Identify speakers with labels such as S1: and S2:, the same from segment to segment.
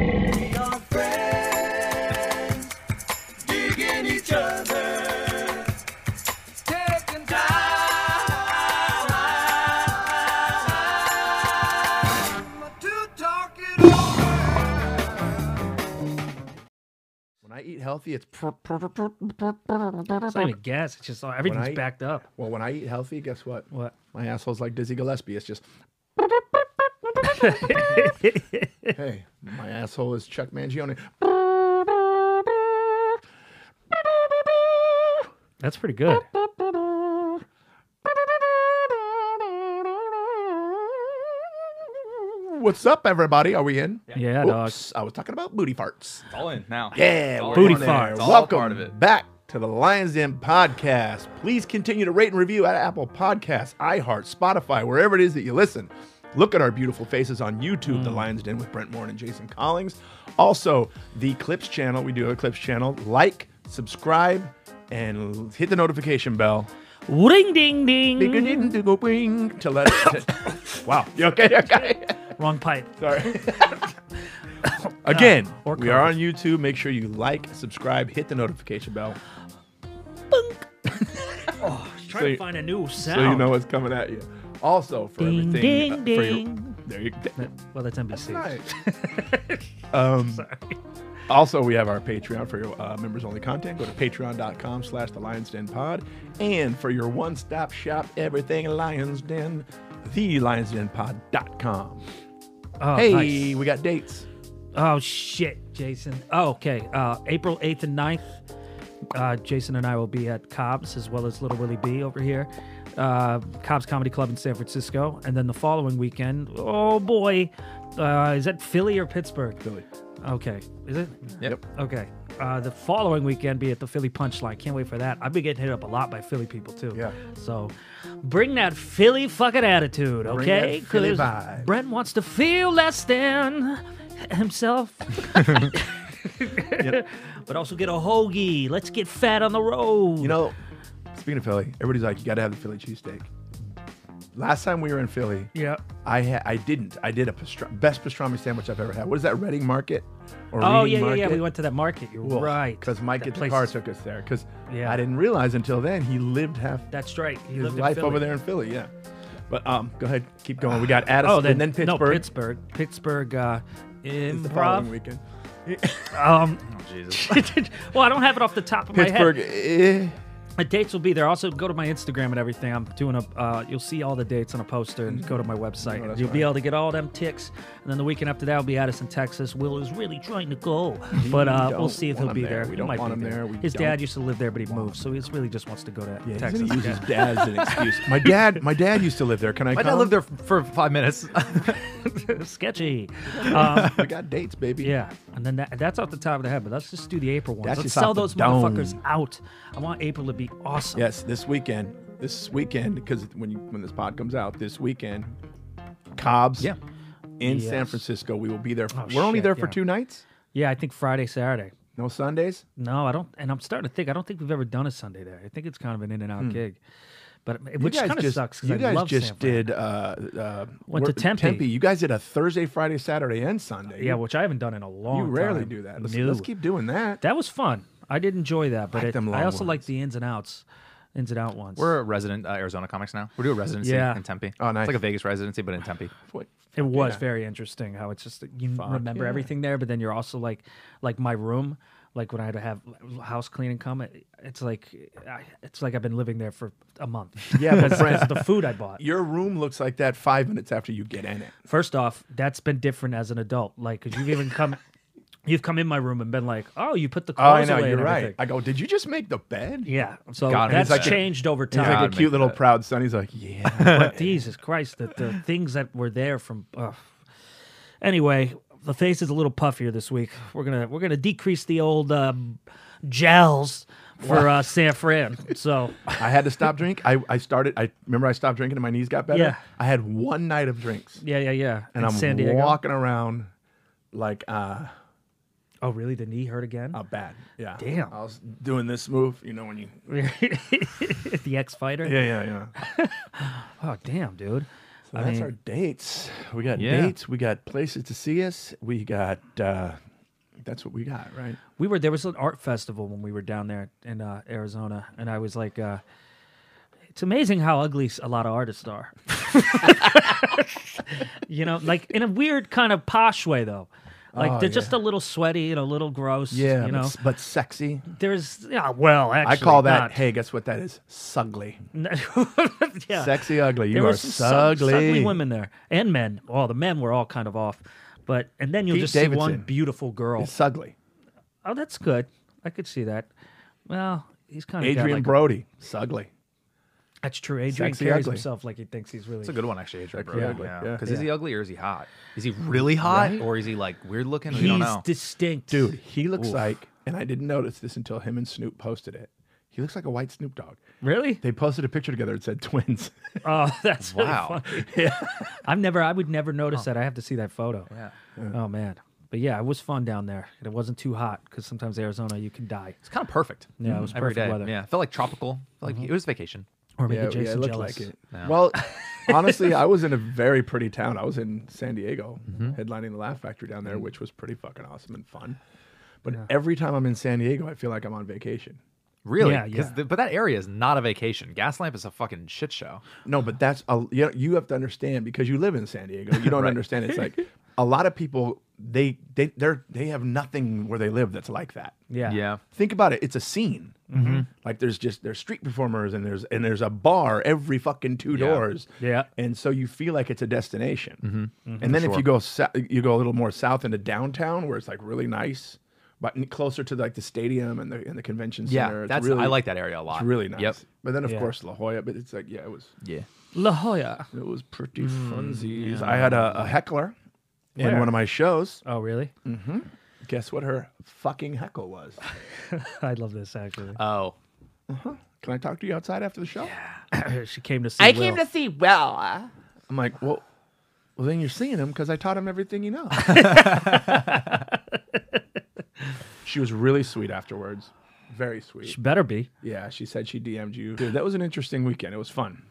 S1: Your friends digging each other, taking time to talk it over.
S2: When I eat healthy, it's pr- pr- pr- pr-
S3: It's not even a guess. It's just oh, everything's
S2: I-
S3: backed up.
S2: well. When I eat healthy, guess what?
S3: What?
S2: My asshole's like Dizzy Gillespie. It's just hey, my asshole is Chuck Mangione.
S3: That's pretty good.
S2: What's up, everybody? Are we in?
S3: Yeah, dog.
S2: Oops, I was talking about booty farts.
S4: It's all in now.
S2: Yeah,
S4: It's all
S2: we're
S3: Booty
S2: in
S4: in.
S2: there.
S3: farts.
S4: It's all
S2: Welcome
S4: part of it.
S2: back to the Lions Den podcast. Please continue to rate and review at Apple Podcasts, iHeart, Spotify, wherever it is that you listen. Look at our beautiful faces on YouTube,
S4: Mm.
S2: The Lions Den with Brent Moore and Jason Collings. Also, the Clips channel. We do have a Clips channel. Like, subscribe, and hit the notification bell.
S3: Ring ding
S4: Mm-hmm.
S3: ding.
S2: To let us- wow. You okay? You okay?
S3: Wrong pipe.
S2: Sorry. Again,
S3: or
S2: we are on YouTube. Make sure you like, subscribe, hit the notification bell
S3: Trying
S2: you-
S3: to find a new
S2: so
S3: sound.
S2: you know what's coming at you. Also, for
S3: Ding,
S2: everything.
S3: ding,
S2: uh, for your-
S3: ding.
S2: there you go.
S3: Well, that's NBC.
S2: um, Also, we have our Patreon for your uh, members only content. Go to patreon.com slash the Lions Den Pod. And for your one stop shop, everything Lions Den, the Lions Den Pod.com.
S3: Oh,
S2: hey,
S3: nice.
S2: we got dates.
S3: Oh shit, Jason. Oh, okay. Uh, April 8th and 9th, uh, Jason and I will be at Cobb's as well as Little Willie B over here. Uh, Cobb's Comedy Club in San Francisco. And then the following weekend, oh boy, uh, is that Philly or Pittsburgh?
S2: Philly.
S3: Okay. Is it?
S2: Yep.
S3: Okay. Uh, the following weekend be at the Philly Punchline. Can't wait for that. I've been getting hit up a lot by Philly people too.
S2: Yeah.
S3: So bring that Philly fucking attitude,
S2: Bring
S3: okay?
S2: that Philly
S3: 'Cause
S2: vibe.
S3: Brent wants to feel less than himself. But also get a hoagie. Let's get fat on the road.
S2: You know, speaking of Philly, everybody's like, you got to have the Philly cheesesteak. Last time we were in Philly,
S3: Yeah.
S2: I ha- I didn't. I did a pastra- best pastrami sandwich I've ever had. What is that, Reading Market? Or
S3: Oh yeah, yeah, yeah. We went to that market. You're right.
S2: Because Mike
S3: that
S2: at the
S3: place
S2: car
S3: is-
S2: took us there. Because
S3: Yeah.
S2: I didn't realize until then he lived half
S3: That's right. He
S2: his
S3: lived in
S2: life
S3: Philly.
S2: over there in Philly. Yeah. But um, go ahead, keep going. We got Addison
S3: Oh, then,
S2: and then Pittsburgh.
S3: No, Pittsburgh. Pittsburgh. Uh,
S2: the following
S3: improv.
S2: weekend.
S3: Um,
S4: Oh, Jesus.
S3: well, I don't have it off the top of my head.
S2: Pittsburgh. eh.
S3: The dates will be there. Also, go to my Instagram and everything. I'm doing a. Uh, you'll see all the dates on a poster, and go to my website.
S2: that's
S3: you'll be
S2: right.
S3: able to get all them ticks. And then the weekend after that will be Addison, Texas. Will is really trying to go, but uh,
S2: don't
S3: we'll see if
S2: want
S3: he'll
S2: him
S3: be
S2: there.
S3: there.
S2: We
S3: He
S2: don't
S3: might
S2: want
S3: be
S2: him
S3: there.
S2: there. We
S3: His
S2: don't
S3: dad used to live there, but he moved, so he really just wants to go to
S2: Yeah, he's
S3: Texas.
S2: gonna use his
S3: Yeah.
S2: dad as an excuse. My dad, my dad used to live there. Can I?
S4: My dad
S2: come?
S4: lived there for five minutes.
S3: Sketchy. Um,
S2: We got dates, baby.
S3: Yeah, and then that, that's off the top of the head, but let's just do the April ones.
S2: That's
S3: let's
S2: just
S3: sell
S2: off the
S3: those
S2: dome.
S3: motherfuckers out. I want April to be awesome.
S2: Yes, this weekend. This weekend, because when you when this pod comes out, this weekend, Cobb's
S4: Yeah.
S2: in
S3: Yes.
S2: San Francisco. We will be there.
S3: Oh,
S2: We're only
S3: shit,
S2: there for
S3: yeah.
S2: two nights.
S3: Yeah, I think Friday, Saturday.
S2: No Sundays.
S3: No, I don't. And I'm starting to think I don't think we've ever done a Sunday there. I think it's kind of an in and out gig, but it- which
S2: Hmm. you guys
S3: kind of
S2: just,
S3: sucks. 'cause
S2: You
S3: I
S2: guys
S3: love
S2: just
S3: San Fran.
S2: did. Uh, uh,
S3: Went to
S2: we're-
S3: Tempe.
S2: You guys did a Thursday, Friday, Saturday, and Sunday.
S3: Yeah,
S2: You-
S3: which I haven't done in a long.
S2: you rarely
S3: time.
S2: do that. Let's,
S3: No.
S2: let's keep doing that.
S3: That was fun. I did enjoy that, but
S2: Like
S3: it-
S2: them long
S3: I also like
S2: ones.
S3: the ins and outs, ins and out ones.
S4: We're resident uh, Arizona comics now. We're doing a residency
S3: Yeah.
S4: in Tempe.
S2: Oh, nice.
S4: It's like a Vegas residency, but in Tempe.
S2: Wait,
S3: It was
S2: yeah.
S3: very interesting how it's just that you remember
S2: yeah.
S3: everything there, but then you're also like, like my room, like when I had to have house cleaning come, it, it's like, I, it's like I've been living there for a month.
S2: Yeah, but
S3: That's the food I bought.
S2: Your room looks like that five minutes after you get in it.
S3: First off, that's been different as an adult. Like, you you've even come, you've come in my room and been like, oh, you put the
S2: Oh, I
S3: clothes
S2: know.
S3: away.
S2: You're
S3: and
S2: right.
S3: everything."
S2: I go. Did you just make the bed?
S3: Yeah. So
S4: God,
S3: that's
S4: he's like a-
S3: changed over
S2: He's
S3: time.
S2: like
S4: God,
S2: a
S4: make
S2: cute little
S4: that.
S2: proud son. He's like, yeah.
S3: but Jesus Christ, the, the things that were there from. ugh. Anyway, the face is a little puffier this week. We're gonna we're gonna decrease the old um, gels for uh, San Fran. So
S2: I had to stop drink. I, I started. I remember I stopped drinking and my knees got better.
S3: Yeah.
S2: I had one night of drinks
S3: yeah, yeah, yeah.
S2: and
S3: In
S2: I'm
S3: San Diego.
S2: walking around like uh,
S3: oh, really? The knee hurt again?
S2: a bad. Yeah.
S3: Damn.
S2: I was doing this move. You know when you.
S3: the ex fighter.
S2: Yeah, yeah, yeah.
S3: Oh, damn, dude.
S2: So that's
S3: mean-
S2: our dates. We got
S4: Yeah.
S2: dates. We got places to see us. We got. uh That's what we got, right?
S3: we were there was an art festival when we were down there in uh, Arizona, and I was like, uh, it's amazing how ugly s- a lot of artists are. you know, like in a weird kind of posh way though. Like
S2: Oh,
S3: they're just a little sweaty and a little gross.
S2: Yeah, but,
S3: you know.
S2: s- but sexy.
S3: There's yeah, well, actually,
S2: I call that.
S3: not.
S2: Hey, guess what? That is sugly,
S3: yeah.
S2: sexy, ugly. You
S3: there
S2: are
S3: were some sug-
S2: sugly.
S3: sugly women there and men. Well, the men were all kind of off, but and then you'll
S2: Pete
S3: just see
S2: Davidson.
S3: one beautiful girl.
S2: Sugly.
S3: Oh, that's good. I could see that. Well, he's kind of
S2: Adrian
S3: like,
S2: Brody. Sugly.
S3: That's true. Adrian
S2: Sexy
S3: carries
S2: ugly.
S3: himself like he thinks he's really.
S4: It's a good one, actually, Adrian
S2: Actually
S4: Brody.
S2: ugly,
S4: Yeah.
S2: yeah.
S4: Because is he ugly or is he hot? Is he really hot or is he like weird looking? We don't
S3: he's
S4: know.
S3: distinct,
S2: Dude, he looks like, and I didn't notice this until him and Snoop posted it. He looks like a white Snoop Dogg.
S3: Really?
S2: They posted a picture together. It said twins.
S3: Oh, that's really
S4: Wow.
S3: funny. I've never. I would never notice that. I have to see that photo.
S4: Oh. Yeah.
S3: Oh man. But yeah, it was fun down there, and it wasn't too hot because sometimes Arizona you can die.
S4: It's kind of perfect.
S3: Yeah, it was
S4: Mm, Every
S3: perfect
S4: day.
S3: weather. Mm-hmm.
S4: Yeah. It felt like tropical. Felt like it was vacation.
S3: Or maybe
S2: yeah,
S3: Jason
S2: yeah, it looked
S3: jealous.
S2: like it. Well, honestly, I was in a very pretty town. I was in San Diego,
S3: Mm-hmm.
S2: headlining the Laugh Factory down
S3: Mm.
S2: there, which was pretty fucking awesome and fun. But every time I'm in San Diego, I feel like I'm on vacation.
S4: Really?
S3: Yeah,
S4: 'Cause
S3: yeah.
S4: the- but that area is not a vacation. Gaslamp is a fucking shit show.
S2: No, but that's a, you, know, you have to understand because you live in San Diego. You don't understand. It's like a lot of people they they they're, they have nothing where they live that's like that.
S3: Yeah.
S2: Think about it. It's a scene.
S4: Mm-hmm.
S2: Like there's just there's street performers and there's and there's a bar every fucking two
S4: Yeah. Mm-hmm.
S2: doors.
S3: Yeah.
S2: And so you feel like it's a destination. And then if
S4: sure.
S2: you go sou- you go a little more south into downtown where it's like really nice, but n- closer to like the stadium and the and the convention
S4: Yeah.
S2: center. it's
S4: that's
S2: really,
S4: I like that area a lot.
S2: It's really nice.
S4: Yep.
S2: But then of
S3: Yeah.
S2: course La Jolla. But it's like yeah, it was
S4: Yeah.
S3: La Jolla.
S2: it was pretty
S4: Mm,
S2: funsies. I had a, a heckler in
S3: Where?
S2: one of my shows.
S3: Oh really?
S2: Guess what her fucking heckle was?
S3: I love this actually.
S4: Oh.
S2: Can I talk to you outside after the show?
S4: Uh,
S3: she came to see. Will.
S2: see Well. I'm like, well, well, then you're seeing him because I taught him everything you know. she was really sweet afterwards. Very sweet.
S3: She better be.
S2: yeah, she said she DM'd you. Dude, that was an interesting weekend. It was fun.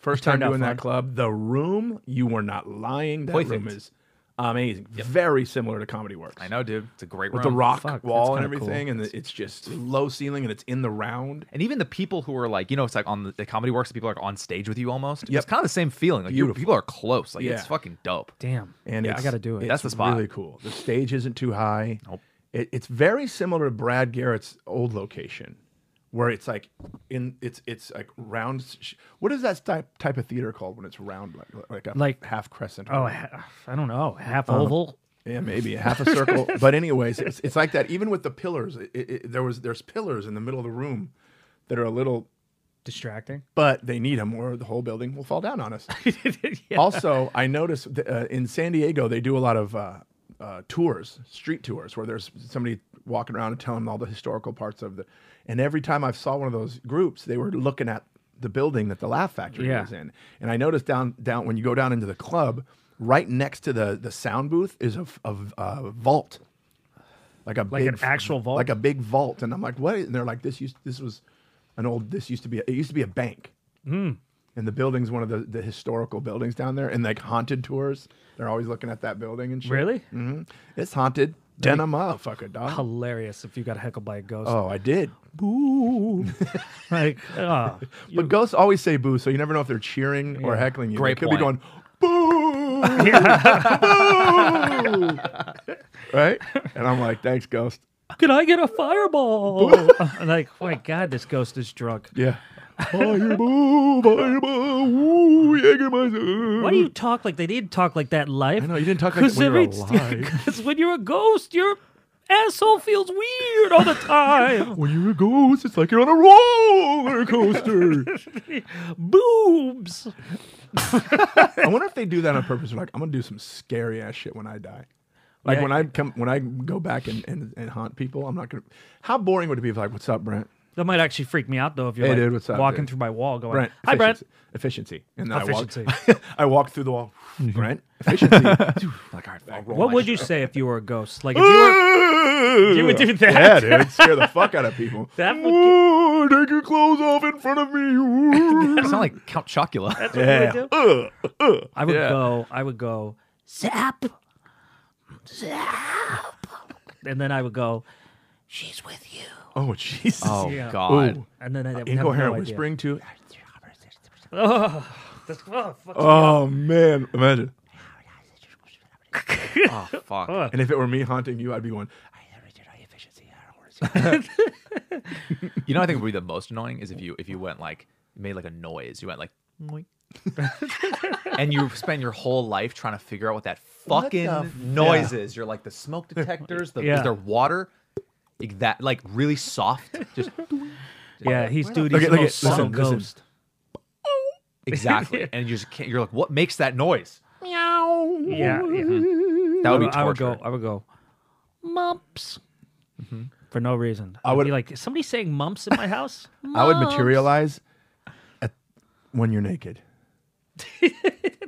S2: First
S3: turned
S2: time
S3: out
S2: doing
S3: fun.
S2: that club. The room, you were not lying. That room
S4: Perfect.
S2: is amazing. Very similar to Comedy Works.
S4: I know, dude. It's a great
S2: With the
S4: room.
S2: rock
S3: Fuck, that's
S2: wall and
S3: kinda cool.
S2: everything, and the, it's just low ceiling and it's in the round.
S4: And even the people who are like, you know, it's like on the, the comedy works, people are like on stage with you almost.
S2: Yep.
S4: It's kind of the same feeling. Like you,
S2: Beautiful.
S4: people are close. Like it's
S2: Yeah.
S4: fucking dope.
S3: Damn.
S2: and
S3: I
S2: it's-
S3: got to do it.
S4: That's
S2: it's
S4: the spot.
S2: Really cool. The stage isn't too high.
S4: Nope.
S2: It, it's very similar to Brad Garrett's old location, where it's like in it's it's like round. sh- What is that type type of theater called when it's round like like a
S3: Like-
S2: half crescent?
S3: oh, ha- I don't know. Half oval.
S2: yeah, maybe a half a circle. but anyways, it's, it's like that. Even with the pillars, it, it, it- there was there's pillars in the middle of the room that are a little.
S3: Distracting.
S2: But they need them, or the whole building will fall down on us.
S3: yeah.
S2: Also, I noticed th- uh, in San Diego they do a lot of uh, uh, tours, street tours, where there's somebody walking around and telling them all the historical parts of the. And every time I saw one of those groups, they were looking at the building that the Laugh Factory
S3: Yeah.
S2: was in. And I noticed down down when you go down into the club, right next to the the sound booth is a, f- a v- a vault, like a
S3: Like
S2: big
S3: an actual vault?
S2: like a big vault. And I'm like, what? And they're like, this used this was an old this used to be it used to be a bank and the building's one of the, the historical buildings down there and like haunted tours they're always looking at that building and shit
S3: Really?
S2: hmm it's haunted then i'm a fucker dog
S3: Hilarious if you got heckled by a ghost.
S2: oh i did boo
S3: Like,
S2: uh,
S3: oh,
S2: but ghosts always say boo so you never know if they're cheering or heckling you
S4: Great
S2: they could be going
S4: point.
S2: boo boo right and i'm like thanks ghost
S3: can I get a fireball? I'm like, oh my God, this ghost is drunk.
S2: yeah Fireball, fireball, woo, Jägermeister.
S3: Why do you talk like they didn't talk like that in life?
S2: I know, you didn't talk like that when you were alive.
S3: Because when you're a ghost, your asshole feels weird all the time.
S2: when you're a ghost, it's like you're on a roller coaster.
S3: Boobs.
S2: I wonder if they do that on purpose. They're like, I'm gonna do some scary ass shit when I die. Like
S3: Yeah.
S2: when I come, when I go back and, and, and haunt people, I'm not gonna. How boring would it be if like, what's up, Brent?
S3: That might actually freak me out though if you're
S2: Hey,
S3: like,
S2: dude, what's up,
S3: walking
S2: dude?
S3: through my wall going,
S2: Brent,
S3: "Hi, Brent."
S2: efficiency. efficiency. And then
S3: Efficiency. Mm-hmm.
S2: I walk, I walk through the wall, Brent. efficiency.
S4: Like, all right, I'll roll
S3: What
S4: my
S3: would
S4: shit.
S3: you say if you were a ghost? Like if you were You would do
S2: Yeah,
S3: that?
S2: dude, scare the fuck out of people.
S3: That would get-
S2: Ooh, take your clothes off in front of me.
S4: I sound like Count Chocula.
S3: What
S2: yeah.
S3: would
S2: Ugh, ugh.
S3: I would
S4: Yeah.
S3: go. I would go. Zap, zap, and then I would go. She's with you.
S2: Oh Jesus.
S4: Oh
S3: Yeah.
S4: God.
S2: Ooh.
S3: And then I'd have
S2: Incoherent
S3: no idea.
S2: whispering too.
S3: Oh, that's, oh, fuck.
S2: Oh man, imagine.
S4: Oh fuck.
S2: And if it were me haunting you, I'd be going.
S4: You know, what I think would be the most annoying is if you if you went like made like a noise. You went like, "Moink." and you spend your whole life trying to figure out what that fucking
S2: the f-
S4: noise is. You're like the smoke detectors. The,
S3: Yeah.
S4: Is there water? Like that like really soft. Just
S3: yeah, he's dude.
S2: Look
S3: He's
S2: at-
S3: the
S2: look
S3: most
S2: at-
S3: subtle
S2: listen, listen.
S3: ghost.
S4: exactly. And you just can't. You're like, what makes that noise?
S3: Yeah, yeah.
S4: That would be
S3: I would
S4: torture.
S3: go. I would go. Mumps. For no reason.
S2: Mm-hmm. I
S3: I would
S2: would-
S3: be like, is somebody saying mumps in my house?
S2: I would materialize at, when you're naked.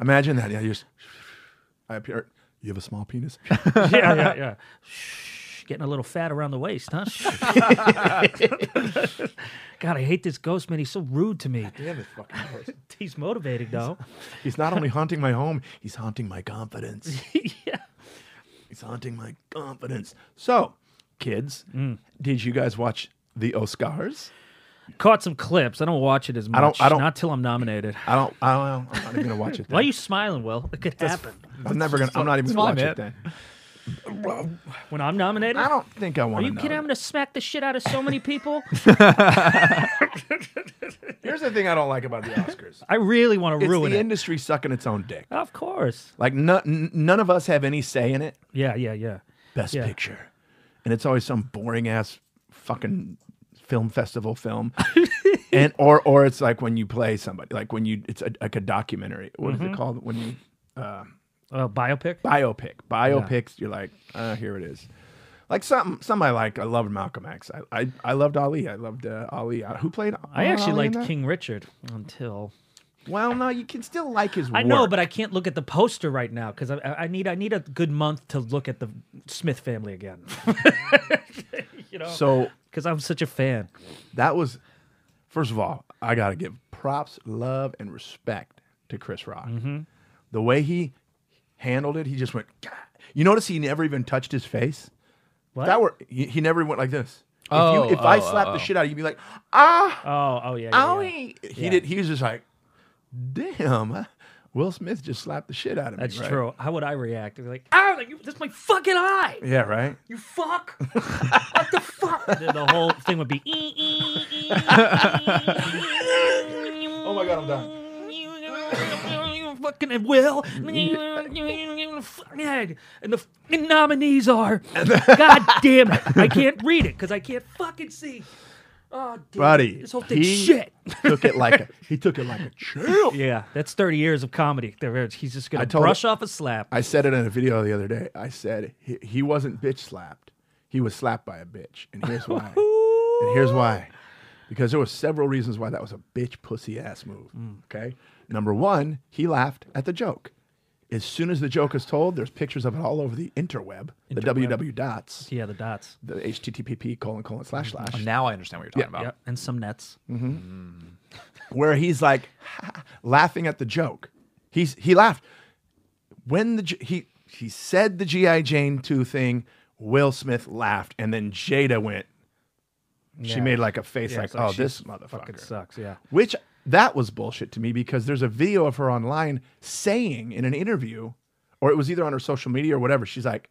S2: Imagine that. Yeah, you just. I appear. You have a small penis.
S3: yeah, yeah, yeah. Shh, getting a little fat around the waist, huh? God, I hate this ghost man. He's so rude to me.
S2: Damn this fucking person.
S3: He's motivating though.
S2: He's not only haunting my home, he's haunting my confidence.
S3: yeah.
S2: He's haunting my confidence. So, kids,
S3: Mm.
S2: did you guys watch the Oscars?
S3: Caught some clips. I don't watch it as much.
S2: don't- I don't-
S3: Not till I'm nominated.
S2: I don't. I don't. I'm not even gonna watch it. Then.
S3: Why are you smiling, Will? It could happen.
S2: I'm never gonna. I'm not even
S4: It's
S2: gonna watch
S4: fine,
S2: it then.
S3: When I'm nominated?
S2: I don't think I
S3: Are
S2: want
S3: you
S2: to.
S3: kidding? I'm
S2: Know.
S3: gonna smack the shit out of so many people.
S2: Here's the thing I don't like about the Oscars.
S3: I really want to
S2: it's
S3: ruin
S2: the
S3: it.
S2: industry sucking its own dick.
S3: Of course.
S2: Like no, n- none of us have any say in it.
S3: Yeah, yeah, yeah.
S2: Best
S3: Yeah.
S2: Picture, and it's always some boring ass fucking film festival film, and or or it's like when you play somebody, like when you it's a, like a documentary. What is
S3: Mm-hmm.
S2: it called when you
S3: Uh, biopic.
S2: biopic? Biopics. You're like, uh, here it is. Like some some I like. I loved Malcolm X. I I, I loved Ali. I loved uh, Ali. Uh, who played?
S3: I actually
S2: Ali in
S3: liked
S2: that?
S3: King Richard until
S2: Well, no, you can still like his.
S3: I know,
S2: work.
S3: but I can't look at the poster right now because I, I I need I need a good month to look at the Smith family again. you know,
S2: so
S3: because I'm such a fan.
S2: that was first of all i gotta give props love and respect to chris rock
S3: Mm-hmm.
S2: the way he handled it he just went "Gah." you notice he never even touched his face
S3: What?
S2: If that were he, he never went like this if,
S4: Oh,
S2: you, if i
S4: oh,
S2: slapped
S4: oh,
S2: the
S4: oh.
S2: shit out of you you'd be like ah
S3: Oh, oh yeah, yeah, yeah.
S2: owie he
S3: Yeah.
S2: did he was just like damn uh, will smith just slapped the shit out of
S3: that's
S2: me right?
S3: true. How would I react? I'd be like, oh, like, you- that's my fucking eye.
S2: yeah right
S3: You fuck! what the fuck? The, the whole thing would be. oh
S2: oh my god i'm done
S3: You fucking and will. And the fucking nominees are. God damn it! I can't read it because I can't fucking see. Oh, damn it.
S2: buddy
S3: this whole thing's
S2: he
S3: shit.
S2: took it like a he took it like a champ
S3: Yeah, that's thirty years of comedy. There, He's just gonna
S2: I told
S3: brush
S2: it-
S3: off a slap.
S2: I said it in a video the other day. I said he, he wasn't bitch slapped. He was slapped by a bitch. And here's why. and here's why. Because there were several reasons why that was a bitch pussy ass move. Okay. Number one, he laughed at the joke. As soon as the joke is told, there's pictures of it all over the interweb, the www dots,
S3: yeah, the dots.
S2: the http colon colon slash slash,
S4: Now I understand what you're talking
S3: Yeah,
S4: about.
S3: and some nets.
S2: where he's like laughing at the joke. He's he laughed when the G- he he said the GI Jane two thing. Will Smith laughed, and then Jada went. She
S3: Yeah.
S2: made like a face, like,
S3: it's like
S2: "Oh,
S3: she's
S2: this
S3: Fucking
S2: motherfucker,"
S3: sucks. Yeah.
S2: which that was bullshit to me because there's a video of her online saying in an interview, or it was either on her social media or whatever. She's like,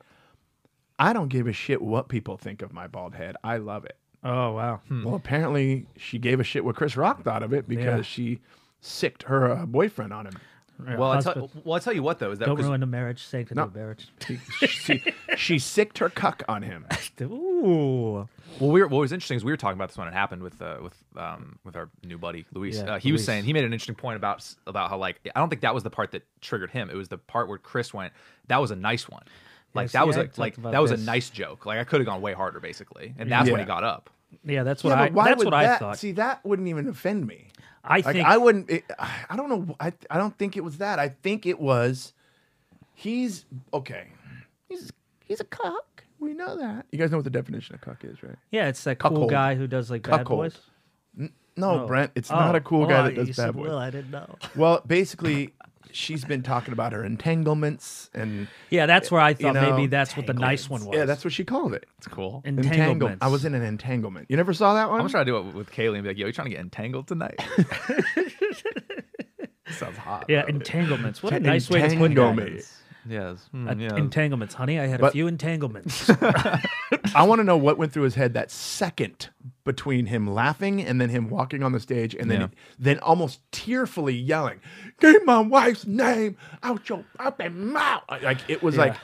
S2: "I don't give a shit what people think of my bald head. I love it."
S3: Oh wow.
S2: Well, apparently she gave a shit what Chris Rock thought of it because
S3: Yeah.
S2: she sicked her uh, boyfriend on him.
S4: Well, I
S3: Husband.
S4: tell, well, I tell you what though is that
S3: Don't
S4: 'cause-
S3: ruin the marriage. Sanctity of marriage.
S2: She, she sicked her cuck on him.
S3: Ooh.
S4: Well, we were, what was interesting is we were talking about this when it happened with uh, with um, with our new buddy Luis.
S3: Yeah,
S4: uh, he was
S3: Luis.
S4: saying he made an interesting point about s- about how like I don't think that was the part that triggered him. It was the part where Chris went, "That was a nice one." Like
S3: see,
S4: that was
S3: I
S4: a,
S3: talked
S4: like
S3: about
S4: that was a
S3: this.
S4: nice joke. Like I could have gone way harder basically, and that's when
S2: Yeah.
S4: he got up.
S3: Yeah, that's what
S2: Yeah,
S3: I.
S2: but why
S3: That's
S2: would
S3: what
S2: that,
S3: I thought.
S2: See, that wouldn't even offend me.
S3: I
S2: Like
S3: think.
S2: I wouldn't. It, I don't know. I I don't think it was that. I think it was. He's okay. He's he's a cuck. We know that. You guys know what the definition of cuck is, right?
S3: Yeah, it's that cool
S2: Cuckold.
S3: guy who does like bad
S2: Cuckold.
S3: boys.
S2: No,
S3: Oh.
S2: Brent. It's
S3: Oh,
S2: not a cool
S3: well,
S2: guy
S3: I-
S2: that does
S3: you
S2: bad
S3: said,
S2: boys.
S3: Well, I didn't know.
S2: Well, basically, she's been talking about her entanglements and
S3: Yeah, that's where I thought
S2: you know,
S3: maybe that's what the nice one was.
S2: yeah, that's what she called it.
S4: It's cool. I'm
S2: Entangle.
S3: entanglement.
S2: I was in an entanglement. You never saw that one?
S4: gonna try to do it with Kaylee and be like, "Yo, you trying to get entangled tonight?" Sounds hot.
S3: Yeah, entanglements. What a
S2: Te-
S3: nice way to put it.
S2: entanglements.
S4: Yes. Hmm,
S3: Uh,
S4: yes.
S3: Entanglements, honey. I had a
S2: But-
S3: few entanglements.
S2: I want to know what went through his head that second between him laughing and then him walking on the stage and then
S4: Yeah.
S2: then almost tearfully yelling, "Get my wife's name out your fucking mouth!" Like it was like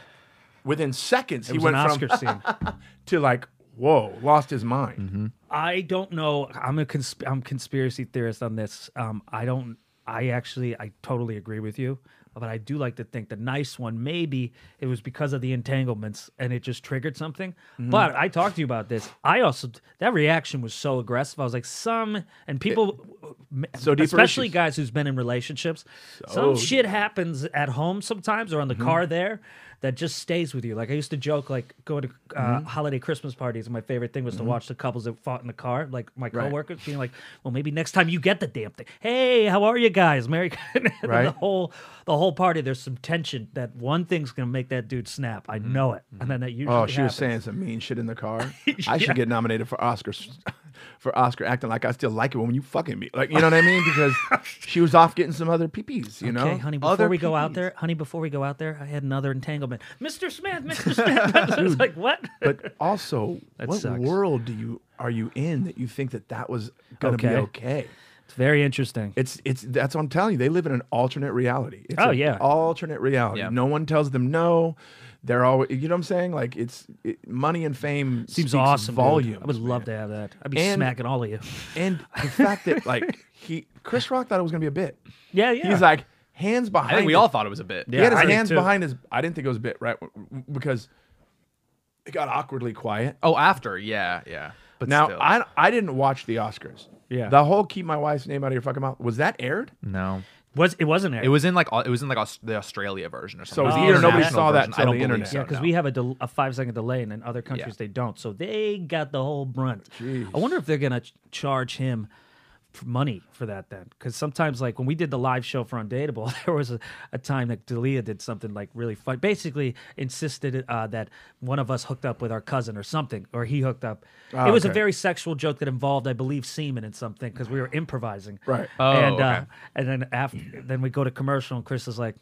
S2: within seconds
S3: It
S2: he
S3: was
S2: went
S3: an
S2: from
S3: Oscar scene.
S2: to like, "Whoa, lost his mind."
S3: I don't know. I'm a consp- I'm conspiracy theorist on this. Um, I don't. I actually I totally agree with you, but I do like to think the nice one maybe it was because of the entanglements and it just triggered something.
S2: Mm-hmm.
S3: But I talked to you about this. I also that reaction was so aggressive. I was like some and people, m-
S2: So deeper
S3: especially
S2: issues.
S3: guys who's been in relationships,
S2: So
S3: some shit happens at home sometimes or on the
S2: Mm-hmm.
S3: car there that just stays with you. Like I used to joke, like going to uh,
S2: Mm-hmm.
S3: holiday Christmas parties, and my favorite thing was to watch the couples that fought in the car. Like my coworkers being like, "Well, maybe next time you get the damn thing. Hey, how are you guys? Merry." and The
S2: Right.
S3: whole the whole party. There's some tension that one thing's gonna make that dude snap. I know it, and then that usually.
S2: Mm-hmm. Oh, she
S3: happens.
S2: was saying some mean shit in the car. I should get nominated for Oscars for Oscar acting like I still like it when you fucking me. Like, you know what I mean? Because she was off getting some other peepees, you know?
S3: Okay, honey. Before
S2: Other
S3: we go out
S2: peepees.
S3: there, honey. Before we go out there, I had another entanglement, Mr. Smith. Mr. Smith. I was like, what?
S2: But also,
S3: That
S2: what
S3: sucks.
S2: world do you are you in that you think that that was going to
S3: Okay.
S2: be okay?
S3: It's very interesting.
S2: It's it's that's what I'm telling you. They live in an alternate reality. It's
S3: Oh,
S2: an
S3: yeah.
S2: alternate reality.
S4: Yeah.
S2: No one tells them no. They're always, you know what I'm saying? Like it's it, money and fame
S3: Seems
S2: speaks
S3: awesome. dude.
S2: Volume.
S3: I would love to have that. I'd be
S2: And-
S3: smacking all of you.
S2: And the fact that like he Chris Rock thought it was gonna be a bit.
S3: Yeah, yeah.
S2: He's like hands
S4: I
S2: behind.
S4: think we
S2: him.
S4: all thought it was a bit.
S2: He had his
S3: I did
S2: hands
S3: too.
S2: behind his. I didn't think it was a bit right w- w- because it got awkwardly quiet.
S4: Oh, after. Yeah. Yeah. But
S2: now
S4: still.
S2: I I didn't watch the Oscars.
S3: Yeah.
S2: The whole keep my wife's name out of your fucking mouth was that aired?
S4: no.
S3: was it wasn't aired.
S4: It was in like au- it was in like Aus- the Australia version or something.
S2: So
S4: It was
S2: the
S4: the
S2: internet- nobody
S4: international
S2: saw that
S4: version. I
S2: until
S4: don't
S2: the
S4: believe
S2: internet.
S4: so,
S3: yeah, because
S4: no.
S3: we have a, del- a five second delay, and in other countries they don't. So they got the whole brunt. I wonder if they're gonna ch- charge him f- money for that then, because sometimes like when we did the live show for Undateable, there was a, a time that Dalia did something like really fun. Basically, insisted uh, that one of us hooked up with our cousin or something, or he hooked up. it was a
S2: okay.
S3: very sexual joke that involved, I believe, semen and something because we were improvising.
S2: Right.
S4: Oh,
S3: and
S4: okay.
S3: uh, and then after then we go to commercial and Chris is like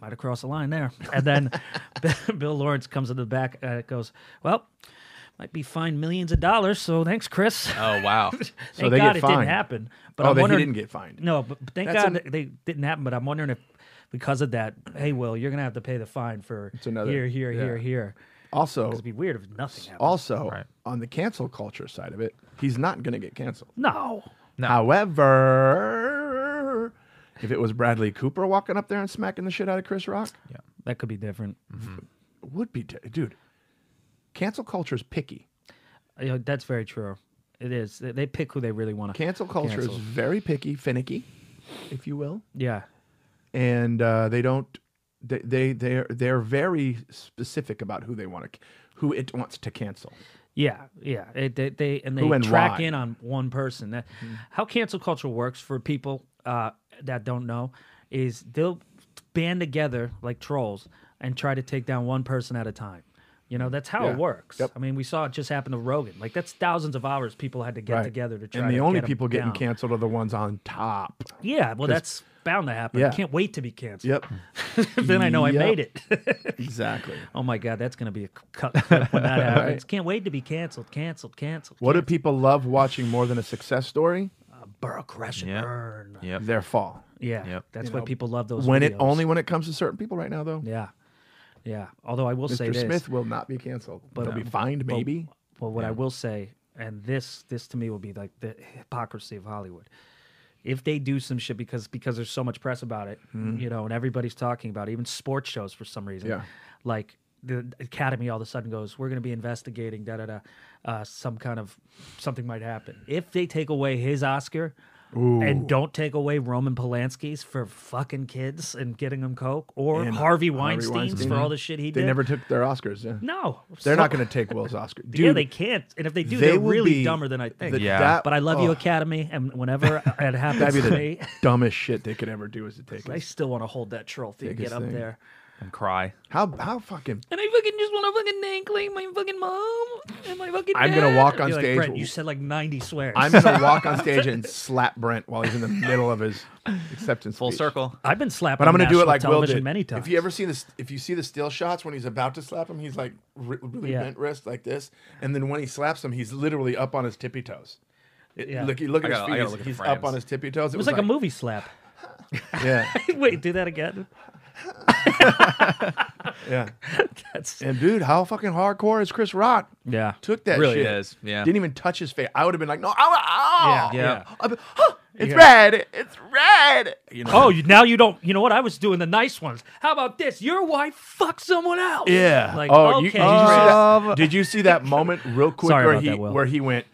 S3: might have crossed the line there and then Bill Lawrence comes in the back and it goes well might be fined millions of dollars so thanks Chris
S4: Oh wow.
S3: thank
S2: they
S3: God
S2: get
S3: it
S2: fined.
S3: didn't happen but
S2: oh,
S3: I'm
S2: that he
S3: wondering
S2: didn't get fined.
S3: no but but thank
S2: That's
S3: God
S2: an-
S3: that they didn't happen but I'm wondering if because of that hey Will you're gonna have to pay the fine for
S2: another-
S3: here here
S2: yeah.
S3: here here
S2: Also,
S3: it'd be weird if nothing happened
S2: also
S4: Right.
S2: on the cancel culture side of it, he's not gonna get canceled.
S3: no
S2: However, if it was Bradley Cooper walking up there and smacking the shit out of Chris Rock,
S3: that could be different
S2: it would be t- dude. Cancel culture is picky. Mm-hmm.
S3: You know, that's very true it is they they pick who they really want to
S2: Cancel culture
S3: Cancel.
S2: is very picky, finicky, if you will,
S3: yeah
S2: and uh, they don't. They they they're they're very specific about who they want to, who it wants to cancel.
S3: Yeah, yeah. It, they, they and they
S2: Who and
S3: track
S2: why? Mm-hmm.
S3: in on one person. That how cancel culture works for people uh, that don't know is they'll band together like trolls and try to take down one person at a time. You know that's how
S2: Yeah.
S3: it works.
S2: Yep.
S3: I mean, we saw it just happen to Rogan. Like that's thousands of hours people had to get
S2: Right.
S3: together to try.
S2: and the
S3: to
S2: only
S3: get him
S2: people getting
S3: down.
S2: canceled are the ones on top.
S3: Yeah, well, that's bound to happen.
S2: Yeah.
S3: I can't wait to be canceled.
S2: Yep,
S3: then I know I
S2: Yep.
S3: made it.
S2: exactly.
S3: oh my god, that's gonna be a cut clip when that happens.
S2: Right.
S3: Can't wait to be canceled, canceled, canceled.
S2: What do
S3: canceled.
S2: people love watching more than a success story?
S3: Burr crash and
S4: Yeah.
S3: burn.
S4: Yep.
S2: Their fall.
S3: Yeah,
S4: Yep.
S3: that's
S2: You
S3: why
S2: know,
S3: people love those.
S2: When it
S3: videos.
S2: only when it comes to certain people right now though.
S3: yeah, yeah. Although I will say
S2: Mr.
S3: this, uh,
S2: Smith will not be canceled, but he'll be fined maybe.
S3: well, um, what I will say, and this this to me will be like the hypocrisy of Hollywood. If they do some shit because because there's so much press about it, you know, and everybody's talking about it, even sports shows for some reason,
S2: Mm-hmm. Yeah.
S3: like the Academy all of a sudden goes, we're going to be investigating da da da, uh, some kind of something might happen. If they take away his Oscar, and don't take away Roman Polanski's for fucking kids and getting them coke or
S2: And
S3: Harvey
S2: Harvey
S3: Weinstein's
S2: Weinstein.
S3: for all the shit he
S2: They
S3: did.
S2: never took their Oscars. Yeah.
S3: no,
S2: They're not
S3: So-
S2: going to take Will's Oscar. Dude,
S3: yeah, they can't. And if they do,
S2: they
S3: they are
S2: will
S3: really
S2: be
S3: dumber than I think.
S2: the-
S4: Yeah.
S2: that-
S3: But I love you,
S2: oh,
S3: Academy, and whenever it happens
S2: That'd be
S3: to
S2: the
S3: me,
S2: dumbest shit they could ever do is to take
S3: I
S2: us.
S3: still want to hold that trophy and get
S2: Biggest
S3: up
S2: thing.
S3: there.
S4: and cry.
S2: How how fucking
S3: And I fucking just want to fucking name claim my fucking mom and my fucking.
S2: I'm gonna walk on
S3: You're like,
S2: stage-
S3: "Brett, you said like 90 swears.
S2: I'm gonna walk on stage and slap Brent while he's in the middle of his acceptance
S4: Full
S2: speech.
S4: circle.
S3: I've been slapping.
S2: But I'm gonna do it
S3: national
S2: like Will
S3: television
S2: did.
S3: many times.
S2: If you ever seen this, if you see the still shots when he's about to slap him, he's like re- really
S3: Yeah.
S2: bent wrist like this, and then when he slaps him, he's literally up on his tippy toes. It-
S3: Yeah.
S2: Look, you look
S4: I
S2: at his
S4: gotta- I
S2: feet.
S4: gotta
S2: He's,
S4: look at
S2: he's
S4: the
S2: up
S4: frames.
S2: on his tippy toes.
S3: it was like, a movie slap.
S2: Yeah,
S3: Wait, do that again.
S2: yeah.
S3: That's
S2: And dude, how fucking hardcore is Chris Rock?
S3: yeah.
S2: Took that
S4: Really
S2: shit.
S4: is, yeah.
S2: Didn't even touch his face. I would have been like, no, ow, ow,
S3: Yeah,
S4: yeah.
S2: I'd be, huh, it's
S3: Yeah.
S2: red. It's red. You know.
S3: Oh, you, now you don't. You know what? I was doing the nice ones. How about this? Your wife fucked someone else.
S2: Yeah.
S3: Like,
S2: oh,
S3: okay.
S2: you, did, you see that, did you see that moment real quick
S3: Sorry
S2: where
S3: about
S2: he
S3: that, Will.
S2: where he went?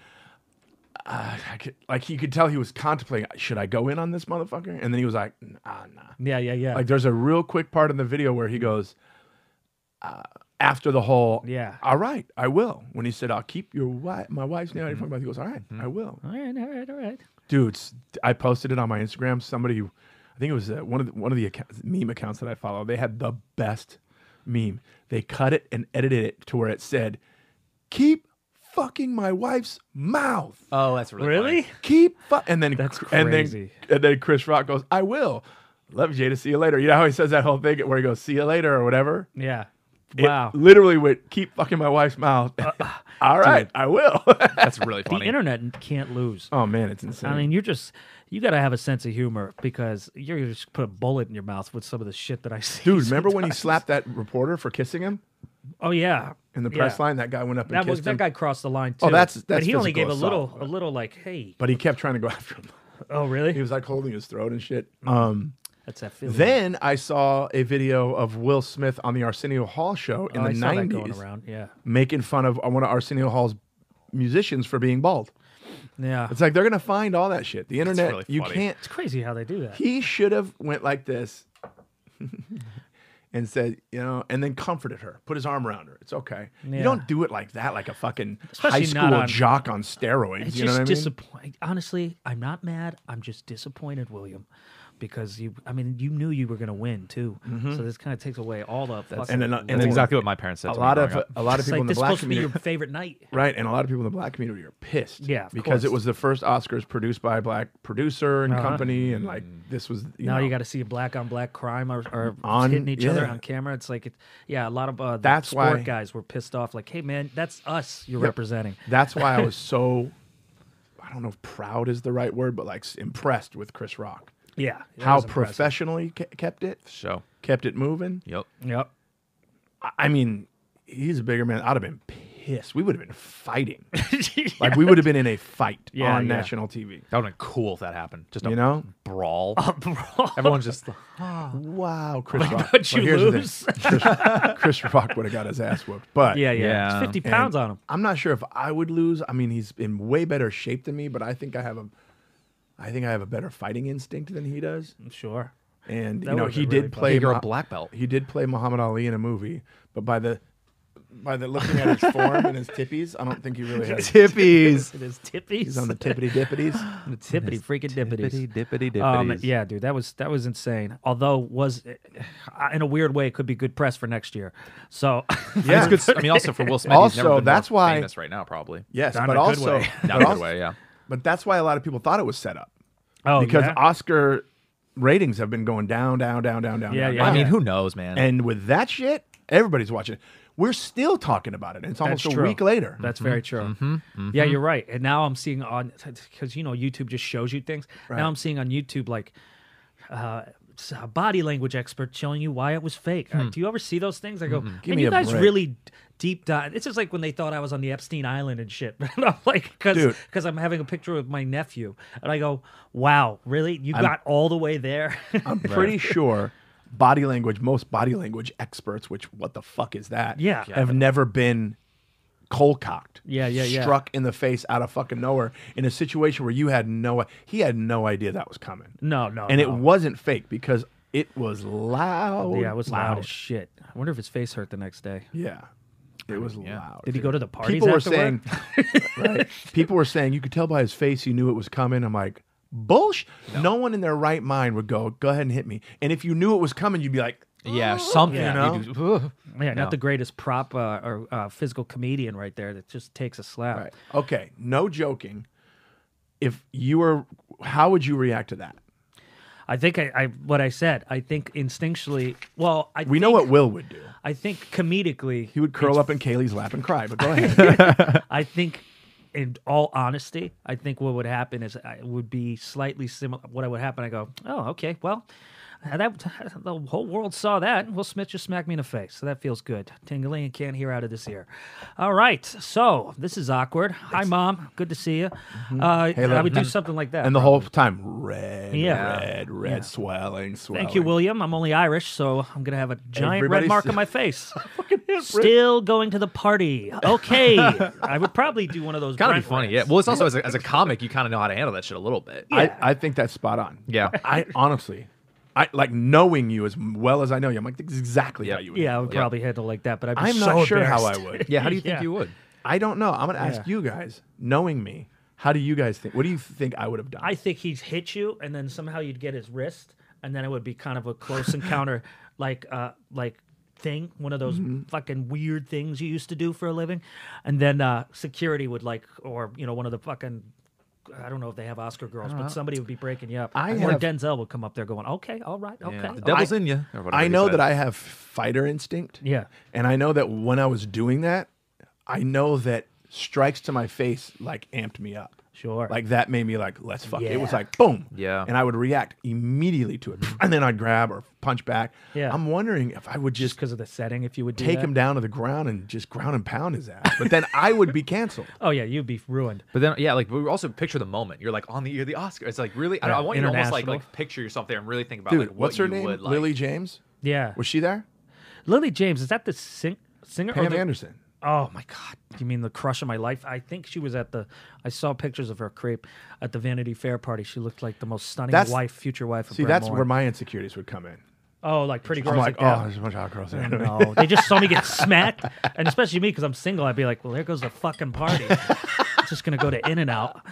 S2: Uh, I could, like he could tell he was contemplating. Should I go in on this motherfucker? And then he was like, Nah, nah.
S3: yeah, yeah, yeah.
S2: Like there's a real quick part in the video where he goes uh, after the whole.
S3: Yeah.
S2: All right, I will. When he said, I'll keep your wife, my wife's name out of your fucking mouth. He goes, All right,
S4: Mm-hmm.
S2: I will.
S3: all right, all right, all right.
S2: Dudes, I posted it on my Instagram. Somebody, I think it was uh, one of the, one of the accounts, meme accounts that I follow. They had the best meme. They cut it and edited it to where it said, "Keep fucking my wife's mouth."
S4: Oh, that's really
S3: Really?
S2: Keep fu-, and then
S3: That's
S2: and then
S3: crazy.
S2: and then Chris Rock goes, "I will." Love Jada. See you later. You know how he says that whole thing where he goes, "See you later" or whatever.
S3: Yeah.
S2: It
S3: Wow.
S2: literally went, "Keep fucking my wife's mouth." All right, I will.
S4: That's really funny.
S3: the internet can't lose.
S2: oh man, it's insane.
S3: I mean, you're just you got to have a sense of humor because you're gonna just put a bullet in your mouth with some of the shit that I see.
S2: Dude, remember when he
S3: sometimes.
S2: slapped that reporter for kissing him?
S3: Oh yeah.
S2: in the
S3: Yeah.
S2: press line. That guy went up and
S3: That
S2: kissed
S3: was
S2: him,
S3: that guy crossed the line too.
S2: Oh, that's-
S3: But
S2: that's
S3: he only gave
S2: physical
S3: a little
S2: assault.
S3: a little like hey.
S2: but he kept trying to go after him.
S3: Oh
S2: He
S3: really?
S2: was like holding his throat and shit.
S3: Oh,
S2: Um,
S3: That's that feeling.
S2: then I saw a video of Will Smith on the Arsenio Hall show in
S3: Oh,
S2: the
S3: I saw that going
S2: '90s,
S3: around. Yeah.
S2: making fun of uh, one of Arsenio Hall's musicians for being bald.
S3: Yeah.
S2: It's like they're gonna find all that shit. The internet,
S4: really
S2: you
S4: funny.
S2: can't.
S3: It's crazy how they do that.
S2: He should have went like this. And said, you know, and then comforted her, put his arm around her. It's okay.
S3: Yeah.
S2: You don't do it like that, like a fucking
S3: Especially
S2: high
S3: not
S2: school
S3: on-
S2: jock on steroids.
S3: It's
S2: you know what
S3: just
S2: I mean?
S3: disappointing. Honestly, I'm not mad. I'm just disappointed, William, because you. I mean, you knew you were going to win too. So this kind of takes away all the. That's,
S2: Mm-hmm. and then- uh, and
S4: That's
S2: then-
S4: exactly what my parents said.
S2: a
S4: to
S2: lot
S4: me
S2: of uh,
S4: growing up.
S2: a lot of
S3: It's
S2: people
S3: like
S2: in the
S3: this
S2: black
S3: supposed to be
S2: community,
S3: your favorite night.
S2: right? And a lot of people in the black community are pissed,
S3: Yeah, of
S2: because it
S3: course. Uh-huh.
S2: was the first Oscars produced by a black producer and company, and like this was you
S3: Now
S2: know,
S3: you got to see a black on black crime or, or
S2: On-
S3: hitting each other
S2: yeah.
S3: on camera. It's like, it, yeah, a lot of uh, the
S2: That's
S3: sport
S2: why-
S3: guys were pissed off. Like, hey man, that's us you're representing.
S2: That's why I was so I don't know if proud is the right word, but like s- impressed with Chris Rock,
S3: Yeah, that
S2: how
S3: was impressive.
S2: professionally ke- kept it,
S4: show.
S2: kept it moving.
S4: Yep.
S3: Yep.
S2: I- I mean, he's a bigger man. I'd have been pissed. We would have been fighting, like we would have been in a fight
S3: Yeah,
S2: on
S3: yeah.
S2: national TV.
S4: That would have been cool if that happened. Just a
S2: You know?
S4: brawl. Everyone's just
S2: Wow, Chris Rock.
S3: but Uh-huh. you
S2: here's the thing.
S3: lose.
S2: Chris, Chris Rock would have got his ass whooped, but
S3: yeah, yeah,
S4: Yeah.
S3: It's Fifty pounds on him.
S2: I'm not sure if I would lose. I mean, he's in way better shape than me, but I think I have a, I think I have a better fighting instinct than he does.
S3: I'm sure.
S2: And
S3: That
S2: you know,
S3: would've
S2: he
S3: been
S2: did
S3: really
S2: play
S4: bigger
S2: Mo-
S4: black belt.
S2: He did play Muhammad Ali in a movie, but by the, by the looking at his form and his tippies, I don't think he really has.
S4: tippies.
S3: It is tippies.
S2: He's on the tippity dippities.
S3: the tippity freaking dippities.
S4: Dippity dippity
S3: Um,
S4: dippities.
S3: yeah, dude, that was that was insane. Although was uh, in a weird way, it could be good press for next year. So
S2: Yeah.
S4: It's good. s- I mean, also for Will Smith. he's never
S2: Also,
S4: been more
S2: that's why-
S4: famous right now, probably.
S2: Yes,
S3: Not in
S2: but
S3: a good
S2: also,
S3: way.
S2: but
S4: Not in a good
S2: also-
S4: way. Yeah.
S2: but that's why a lot of people thought it was set up
S3: oh,
S2: because
S3: yeah?
S2: Oscar ratings have been going down, down, down, down, down.
S3: Yeah,
S2: down,
S3: yeah.
S2: down.
S4: I mean, who knows, man?
S2: And with that shit, everybody's watching. it. We're still talking about it. It's almost
S3: That's
S2: a
S3: true.
S2: week later. Mm-hmm.
S3: That's very true. Yeah, you're right. And now I'm seeing on because you know YouTube just shows you things. Now I'm seeing on YouTube like uh, s- a body language expert showing you why it was fake. Uh, do you ever see those things? I go, man,
S2: me
S3: you
S2: a
S3: guys
S2: break."
S3: really d- deep dive. It's just like when they thought I was on the Epstein Island and shit. and I'm like,
S2: Dude.
S3: because I'm having a picture of my nephew, and I go, wow, really? You got all the way there?
S2: I'm pretty sure body language, most body language experts, which what the fuck is that?
S3: Yeah. Yeah.
S2: Have never been cold cocked.
S3: Yeah, yeah, yeah.
S2: Struck in the face out of fucking nowhere in a situation where you had no he had no idea that was coming.
S3: No, no,
S2: And it
S3: Oh, no.
S2: wasn't fake because it was loud.
S3: Yeah, it was loud as shit. I wonder if his face hurt the next day.
S2: Yeah. It was loud.
S3: Did he go to the parties?
S2: people were saying
S3: afterward?
S2: right, people were saying you could tell by his face he knew it was coming i'm like bullsh no. one in their right mind would go go ahead and hit me and if you knew it was coming you'd be like
S4: Yeah, something.
S2: Yeah.
S4: You do-
S3: yeah,
S4: No.
S3: not the greatest prop uh, or uh, physical comedian right there that just takes a slap.
S2: right, okay no joking if you were how would you react to that
S3: I think I, I what I said. I think instinctually. Well, I
S2: we
S3: think,
S2: know what will would do
S3: I think comedically
S2: he would curl up in kaylee's lap and cry but go ahead
S3: I think, in all honesty, I think what would happen is I would be slightly similar. What would happen? I go, oh, okay, well, that the whole world saw that. Will Smith just smacked me in the face, so that feels good. Tingling and can't hear out of this ear. All right, so this is awkward. Hi, mom. Good to see you. Uh, I
S2: love-
S3: would do something like that.
S2: Mm-hmm. and the whole time red
S3: Yeah.
S2: red red swelling swelling
S3: Thank you, William. I'm only Irish, so I'm gonna have a giant
S2: Everybody's-
S3: red mark on my face. Still going to the party. Okay, I would probably do one of those.
S4: Gotta be
S3: Brent
S4: funny.
S3: rants.
S4: Yeah. Well, it's also as a, as a comic, you kind of know how to handle that shit a little bit.
S2: I, I think that's spot on
S4: Yeah.
S2: i honestly I like knowing you as well as I know you. I'm like, this is exactly
S4: Yep.
S2: how you would
S3: Yeah, I
S2: handle
S3: would
S2: it.
S3: probably handle like that, but I'd be
S2: I'm
S3: so
S2: not sure how I
S3: embarrassed.
S2: would.
S4: yeah. How do you think
S3: Yeah.
S4: you would?
S2: I don't know. I'm gonna ask
S3: Yeah.
S2: you guys, knowing me, how do you guys think? What do you think I would have done?
S3: I think he'd hit you, and then somehow you'd get his wrist, and then it would be kind of a close encounter, like uh, like thing, one of those
S2: Mm-hmm.
S3: fucking weird things you used to do for a living, and then uh, security would like, or you know, one of the fucking. I don't know if they have Oscar girls, but somebody would be breaking you up.
S2: Uh, I
S3: or
S2: have-
S3: Denzel would come up there going, "Okay, all right, okay."
S4: Yeah. The
S3: all
S4: devil's
S3: right."
S4: in you.
S2: I know that I have fighter instinct.
S3: Yeah.
S2: And I know that when I was doing that, I know that strikes to my face like amped me up.
S3: Sure.
S2: Like that made me like, let's fuck it. It was
S3: Yeah. Mm-hmm.
S2: like boom.
S4: Yeah.
S2: And I would react immediately to it. And then I'd grab or punch back.
S3: Yeah.
S2: I'm wondering if I would just
S3: just because of the setting, if you would do
S2: take
S3: that.
S2: him down to the ground and just ground and pound his ass. But then I would be canceled.
S3: Oh yeah, you'd be ruined.
S4: But then, yeah, like we also picture the moment. You're like on the you're the Oscar. It's like really. I, don't, I
S3: Yeah,
S4: want you to almost like
S3: international.
S4: like picture yourself there and really think about
S2: Dude,
S4: like what
S2: what's her
S4: you
S2: name?
S4: Would, like,
S2: Lily James?
S3: Yeah,
S2: Was she there?
S3: Lily James is that the sing- singer? or
S2: Pam
S3: Oh, the-
S2: Anderson.
S3: Oh my God! You mean the crush of my life? I think she was at the. I saw pictures of her crepe at the Vanity Fair party. She looked like the most stunning
S2: That's-
S3: wife, future wife. Of
S2: See,
S3: Brett
S2: that's
S3: Moore.
S2: where my insecurities would come in.
S3: Oh, like pretty girls.
S2: I'm like,
S3: like,
S2: oh,
S3: that.
S2: there's a bunch of hot girls there.
S3: No, they just saw me get smacked, and especially me because I'm single. I'd be like, well, there goes the fucking party. I'm just gonna go to In and Out.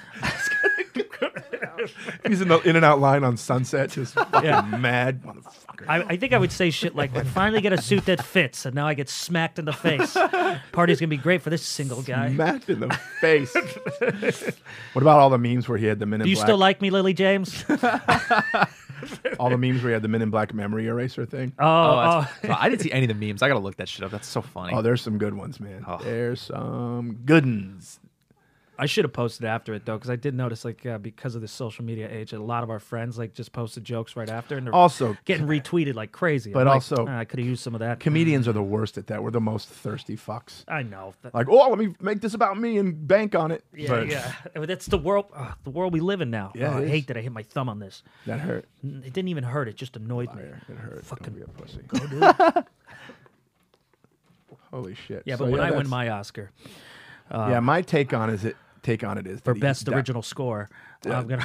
S2: He's in the in and out line on Sunset, just fucking
S3: Yeah.
S2: mad motherfucker.
S3: I, I think I would say shit like, I finally get a suit that fits, and now I get smacked in the face. Party's gonna be great for this single guy.
S2: Smacked in the face. what about all the memes where he had the men in
S3: Do you
S2: black?
S3: still like me, Lily James? Oh,
S2: all the memes where he had the men in black memory eraser thing?
S4: Oh,
S3: oh,
S4: that's- I didn't see any of the memes. I gotta look that shit up. That's so funny.
S2: Oh, there's some good ones, man.
S3: Oh.
S2: There's some good ones.
S3: I should have posted after it though, because I did notice like uh, because of the social media age, a lot of our friends like just posted jokes right after, and they're
S2: Also-
S3: getting retweeted like crazy.
S2: But
S3: I'm like,
S2: also-
S3: "Ah, I could have used some of that.
S2: Comedians are the worst at that. We're the most thirsty fucks.
S3: I know. That,
S2: Like, oh, let me make this about me and bank on it.
S3: yeah,
S2: but
S3: yeah. I mean, that's the world. Uh, the world we live in now.
S2: Yeah,
S3: Oh,
S2: it
S3: I
S2: is.
S3: hate that I hit my thumb on this.
S2: That hurt.
S3: N- It didn't even hurt. It just annoyed me.
S2: It hurt.
S3: Fucking-
S2: Don't be a pussy. Holy shit.
S3: Yeah,
S2: So,
S3: but when I win
S2: that's-
S3: my Oscar
S2: yeah, my take on is it take on it is
S3: for
S2: that he-
S3: best
S2: that-
S3: original score, I'm gonna.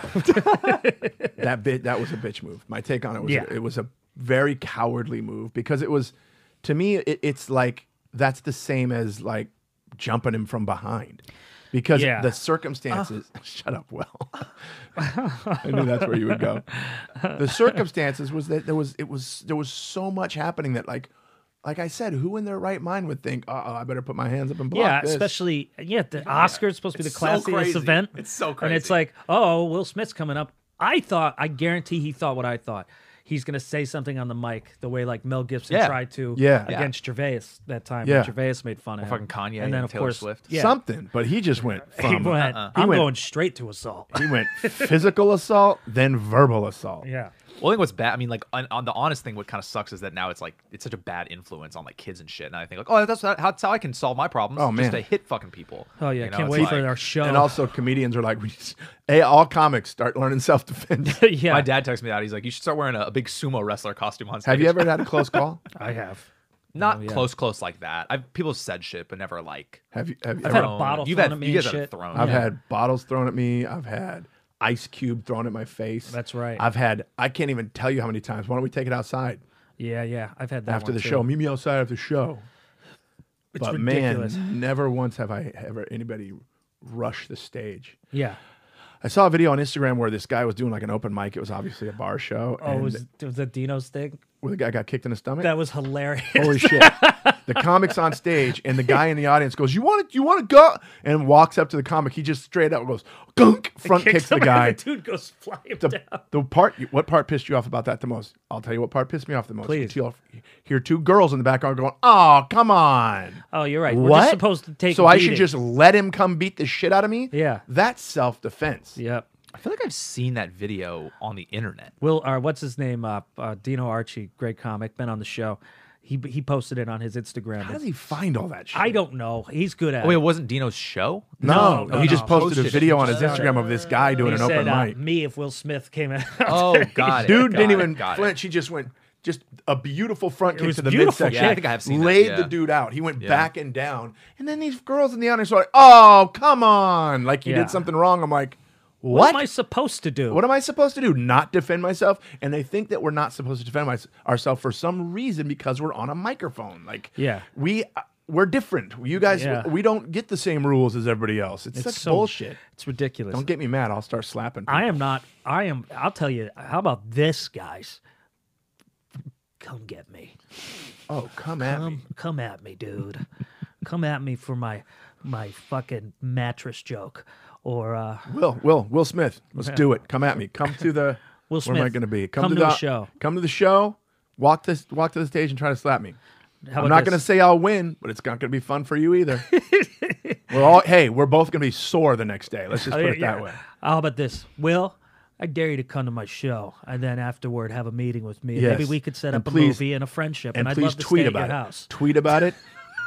S2: That bit that was a bitch move. My take on it was
S3: Yeah.
S2: it was a very cowardly move because it was to me it, it's like that's the same as like jumping him from behind because
S3: Yeah.
S2: the circumstances shut up well i knew that's where you would go the circumstances was that there was it was there was so much happening that like like i said who in their right mind would think uh-oh i better put my hands up and block
S3: yeah,
S2: this.
S3: especially yeah. The Oscars supposed to be the
S4: It's so
S3: classiest
S4: crazy.
S3: event.
S4: It's so
S3: and it's
S4: crazy.
S3: like, oh, Will Smith's coming up. I thought, I guarantee he thought what I thought. He's gonna say something on the mic the way like Mel Gibson
S4: Yeah.
S3: tried to
S2: Yeah. Yeah.
S3: against Gervais that time.
S2: Yeah.
S3: when Gervais made fun of him.
S4: fucking Kanye
S3: and then
S4: and
S3: of
S4: Taylor
S3: course
S4: Swift.
S3: Yeah,
S2: something but he just went
S3: he
S2: from
S3: went,
S2: uh-uh. He
S3: I'm
S2: went-
S3: going straight to assault.
S2: He went physical assault, then verbal assault.
S3: yeah,
S4: Well, I think what's bad. I mean, like on, on the honest thing, what kind of sucks is that now it's like it's such a bad influence on like kids and shit. And I think like, oh, that's how, that's how I can solve my problems.
S2: Oh,
S4: just
S2: man.
S4: to hit fucking people.
S3: oh yeah.
S4: You know,
S3: Can't
S4: it's
S3: wait for
S4: like-
S3: our show.
S2: And also, comedians are like, we just, hey, all comics start learning self defense.
S3: yeah,
S4: My dad texted me that. He's like, you should start wearing a, a big sumo wrestler costume on stage.
S2: Have you ever had a close call?
S3: I have.
S4: Not
S3: Oh, yeah.
S4: close, close like that. I've people have said shit, but never like.
S2: Have you? Have you
S3: I've
S2: ever,
S3: had a bottle
S4: You've
S3: thrown
S4: had-
S3: at me
S4: you
S3: and
S4: guys have
S3: shit.
S4: thrown.
S2: I've
S4: Yeah.
S2: had bottles thrown at me. I've had ice cube thrown at my face.
S3: That's right.
S2: I've had. I can't even tell you how many times. Why don't we take it outside
S3: Yeah, yeah. I've had that
S2: after
S3: one,
S2: the
S3: too.
S2: show? Meet me outside after the show.
S3: It's
S2: but
S3: ridiculous.
S2: man, never once have I ever anybody rush the stage.
S3: Yeah.
S2: I saw a video on Instagram where this guy was doing like an open mic. It was obviously a bar show,
S3: Oh,
S2: and
S3: was was that Dino's thing?
S2: where the guy got kicked in the stomach.
S3: That was hilarious.
S2: Holy shit! The comic's on stage, and the guy in the audience goes, "You want to? You want to go?" And walks up to the comic. He just straight up goes, "Gunk!" Front kicks, the
S3: him and
S2: guy.
S3: The dude goes flying
S2: The,
S3: down.
S2: the part, what part pissed you off about that the most? I'll tell you what part pissed me off the most.
S3: Please.
S2: You'll hear two girls in the background going, "Oh, come on!"
S3: Oh, you're right. We're
S2: what?
S3: just supposed to take.
S2: So I should
S3: beatings.
S2: just let him come beat the shit out of me?
S3: Yeah.
S2: That's self defense.
S3: Yep.
S4: I feel like I've seen that video on the internet.
S3: Will or what's his name? Uh, uh, Dino Archie, great comic, been on the show. He he posted it on his Instagram.
S2: How does he find all that shit?
S3: I don't know. He's good at.
S4: Oh, wait,
S3: it.
S4: it wasn't Dino's show.
S2: No,
S3: No,
S2: he
S3: no,
S2: just
S3: no.
S2: posted
S4: Posted
S2: a
S4: it.
S2: video on his
S3: Just-
S2: Instagram of this guy doing
S3: he
S2: an
S3: said,
S2: open
S3: uh,
S2: mic.
S3: "Me if Will Smith came out."
S4: Oh god,
S2: Dude didn't even flinch. He just went just a beautiful front kick
S3: was
S2: to the
S3: beautiful
S2: midsection.
S3: kick. Yeah, I
S4: think I have seen that,
S2: Laid
S4: yeah.
S2: the dude out. He went back and down. And then these girls in the audience are like, "Oh, come on!" Like you
S3: Yeah.
S2: did something wrong. I'm like,
S3: What
S2: "What?
S3: am I supposed to do?
S2: what am I supposed to do? Not defend myself?" And they think that we're not supposed to defend my, ourselves for some reason because we're on a microphone. Like,
S3: Yeah.
S2: we uh, we're different. You guys,
S3: Yeah.
S2: we don't get the same rules as everybody else. It's,
S3: it's
S2: such
S3: so-
S2: bullshit.
S3: It's ridiculous.
S2: Don't get me mad. I'll start slapping. people.
S3: I am not. I am. I'll tell you. How about this, guys? Come get me.
S2: oh, come at me.
S3: Come, come at me, dude. come at me for my my fucking mattress joke, or uh,
S2: Will, Will, Will Smith. Let's do it. Come at me. Come to the.
S3: Will
S2: Where am I
S3: Smith,
S2: going to be?
S3: come to
S2: the
S3: the show.
S2: Come to the show. Walk this. Walk to the stage and try to slap me.
S3: How
S2: I'm
S3: about
S2: not going to
S3: this?
S2: say I'll win, but it's not going to be fun for you either. we're all. Hey, we're both going to be sore the next day. Let's just put it
S3: Oh, Yeah,
S2: that
S3: yeah.
S2: way.
S3: How about this, Will? I dare you to come to my show, and then afterward have a meeting with me.
S2: Yes.
S3: Maybe we could set
S2: And
S3: up a
S2: please-
S3: movie and a friendship.
S2: And
S3: And, I'd
S2: please
S3: love to
S2: tweet
S3: stay
S2: about
S3: at
S2: it.
S3: your house.
S2: Tweet about it.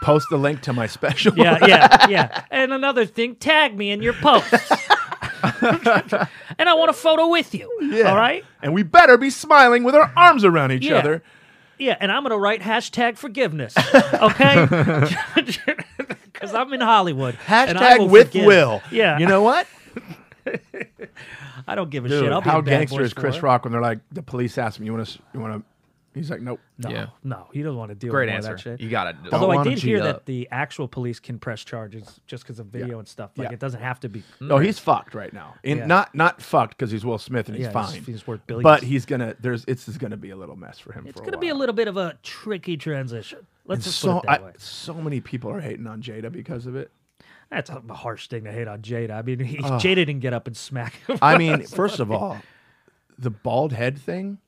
S2: Post the link to my special.
S3: Yeah, yeah, yeah. And another thing, tag me in your posts. and I want a photo with you.
S2: Yeah.
S3: All right.
S2: And we better be smiling with our arms around each
S3: Yeah.
S2: other.
S3: Yeah, and I'm gonna write hashtag forgiveness. Okay. Because I'm in Hollywood. and I
S2: Hashtag
S3: will
S2: with
S3: forgive.
S2: Will.
S3: Yeah.
S2: You know what?
S3: I don't give a
S2: Dude,
S3: shit. I'll be
S2: how
S3: a bad
S2: gangster
S3: boy
S2: is Chris
S3: for it.
S2: Rock when they're like, the police ask him, "You want to? You want to?" He's like, "Nope."
S3: No,
S4: Yeah.
S3: no, he doesn't want to deal
S4: Great
S3: with more of
S4: answer.
S3: that shit.
S4: You got it.
S3: Although I
S2: wanna
S3: did hear
S2: cheat
S3: that
S4: up.
S3: the actual police can press charges just because of video and stuff. Like
S2: Yeah.
S3: it doesn't have to be. Mm,
S2: No, he's fucked right now. And
S3: Yeah.
S2: not not fucked because he's Will Smith and he's
S3: Yeah, he's-
S2: fine.
S3: he's worth billions.
S2: But he's gonna there's it's is gonna be a little mess for him.
S3: It's
S2: for
S3: gonna
S2: a
S3: be a
S2: while.
S3: little bit of a tricky transition. Let's just
S2: so
S3: put it that
S2: I,
S3: way.
S2: so many people are hating on Jada because of it.
S3: That's a harsh thing to hate on Jada. I mean, he, Jada didn't get up and smack him.
S2: I mean, first of all, the bald head thing.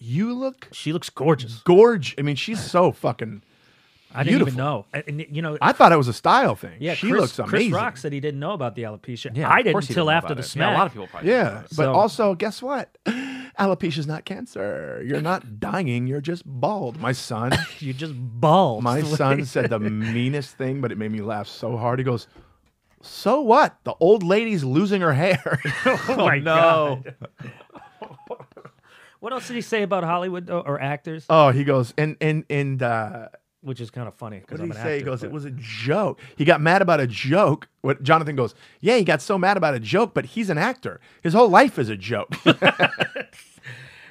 S2: You look
S3: she looks gorgeous.
S2: gorge. I mean, she's so fucking.
S3: I didn't even
S2: Beautiful.
S3: know. And, and, you know,
S2: I thought it was a style thing.
S3: yeah,
S2: she
S3: Chris,
S2: looks
S3: Chris
S2: amazing.
S3: Rock said he didn't know about the alopecia.
S4: Yeah,
S3: I
S4: of
S3: didn't
S4: course he
S3: until
S4: didn't know
S3: after
S4: about
S3: the
S4: it.
S3: smack.
S4: Yeah, a lot of people probably. didn't know
S2: Yeah,
S4: about it.
S2: but
S3: Uh, So-
S2: also guess what? Alopecia's not cancer. You're not dying. You're just bald. My son.
S3: you just Oh bald.
S2: My son said the meanest thing, but it made me laugh so hard. He goes, "So what? The old lady's losing her hair."
S3: oh my
S4: No.
S3: What else did he say about Hollywood or, or actors?
S2: oh, he goes, and and and uh,
S3: Which is kind of funny
S2: what
S3: because
S2: did
S3: I'm
S2: he
S3: an
S2: say? He
S3: actor,
S2: goes,
S3: but-
S2: "It was a joke." He got mad about a joke. What Jonathan goes, "Yeah, he got so mad about a joke, but he's an actor. His whole life is a joke.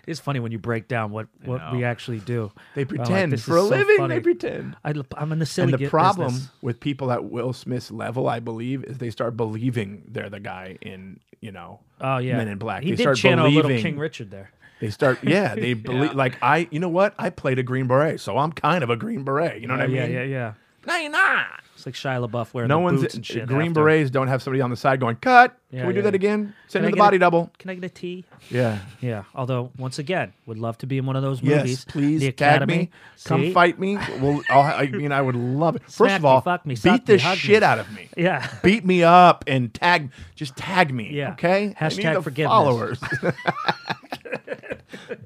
S3: It's funny when you break down what, what we
S4: know.
S3: actually do.
S2: they
S3: I'm like,
S2: pretend
S3: this is
S2: for a
S3: so
S2: living.
S3: funny.
S2: They pretend."
S3: I, am in the silly
S2: And the
S3: get
S2: problem
S3: business.
S2: with people at Will Smith's level, I believe, is they start believing they're the guy in, you know,
S3: Oh yeah,
S2: Men in Black.
S3: He
S2: they
S3: did
S2: start
S3: channel a
S2: believing
S3: little King Richard there.
S2: They start, yeah, they believe, like, I, you know what? I played a Green Beret, so I'm kind of a Green Beret. You know what I mean?
S3: Oh, yeah, yeah, yeah.
S2: No, you're not.
S3: It's like Shia LaBeouf wearing
S2: No
S3: the
S2: one's,
S3: boots and shit.
S2: Green
S3: after.
S2: Berets don't have somebody on the side going, cut.
S3: Yeah,
S2: Can we do
S3: yeah.
S2: that again? Send
S3: Can
S2: me
S3: I
S2: the
S3: get
S2: body
S3: a-
S2: double.
S3: Can I get a tea?
S2: Yeah.
S3: Yeah. Although, once again, would love to be in one of those
S2: Yes,
S3: movies.
S2: please
S3: the
S2: tag
S3: Academy.
S2: me. Come
S3: See?
S2: fight me. Well, I'll, I mean, I would love it. First
S3: Smack
S2: of
S3: me,
S2: all,
S3: fuck me,
S2: beat
S3: suck
S2: the
S3: me, hug me.
S2: shit out of me.
S3: Yeah.
S2: beat me up and tag just tag me
S3: Yeah.
S2: okay I
S3: Hashtag
S2: need the
S3: forgiveness.
S2: followers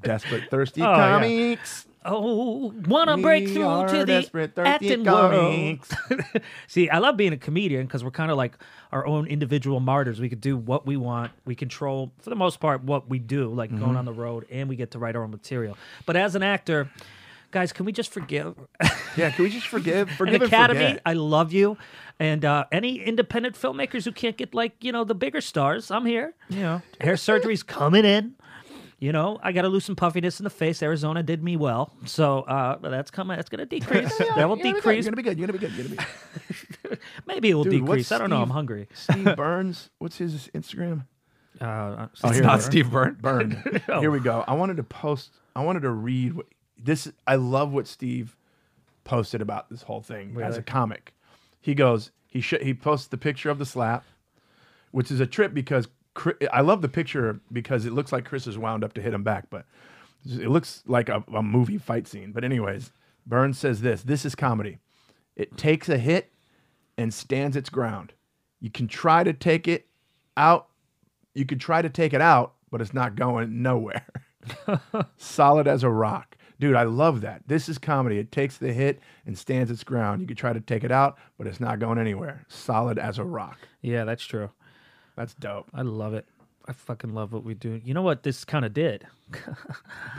S2: desperate thirsty
S3: yeah.
S2: comics
S3: Oh, wanna break
S2: We
S3: through
S2: are
S3: to the
S2: desperate, thirsty
S3: acting world.
S2: comics.
S3: See, I love being a comedian because we're kind of like our own individual martyrs. We could do what we want. We control, for the Mm-hmm. most part, what we do, like going on the road, and we get to write our own material. But as an actor, guys, can we just forgive?
S2: Yeah, can we just forgive?
S3: An
S2: Forgive and
S3: Academy, Uh,
S2: forget.
S3: I love you. And uh, any independent filmmakers who can't get like you know the bigger stars, I'm here.
S4: Yeah.
S3: Hair surgery's coming in. You know, I got to lose some puffiness in the face. Arizona did me well, so uh, that's coming. That's gonna decrease. that will
S2: You're gonna be good,
S3: decrease.
S2: You're gonna be good. You're gonna be good. You're gonna be.
S3: Maybe it will
S2: Dude, what's
S3: decrease. I don't know. I'm
S2: Steve-
S3: hungry.
S2: Steve Burns. What's his Instagram? Oh,
S3: Uh,
S4: It's
S2: here we
S4: not
S2: go.
S4: Steve Byrne.
S2: Burn. Here we go. I wanted to post. I wanted to read what this. I love what Steve posted about this whole thing as a comic. He goes. He sh- he posts the picture of the slap, which is a trip because Chri- I love the picture because it looks like Chris is wound up to hit him back, but it looks like a, a movie fight scene. But anyways, Burns says this. This is comedy. It takes a hit and stands its ground. You can try to take it out. You can try to take it out, but it's not going nowhere. Solid as a rock. Dude, I love that. This is comedy. It takes the hit and stands its ground. You can try to take it out, but it's not going anywhere. Solid as a rock.
S3: yeah, that's true.
S2: That's dope.
S3: I love it. I fucking love what we do. You know what this kind of did?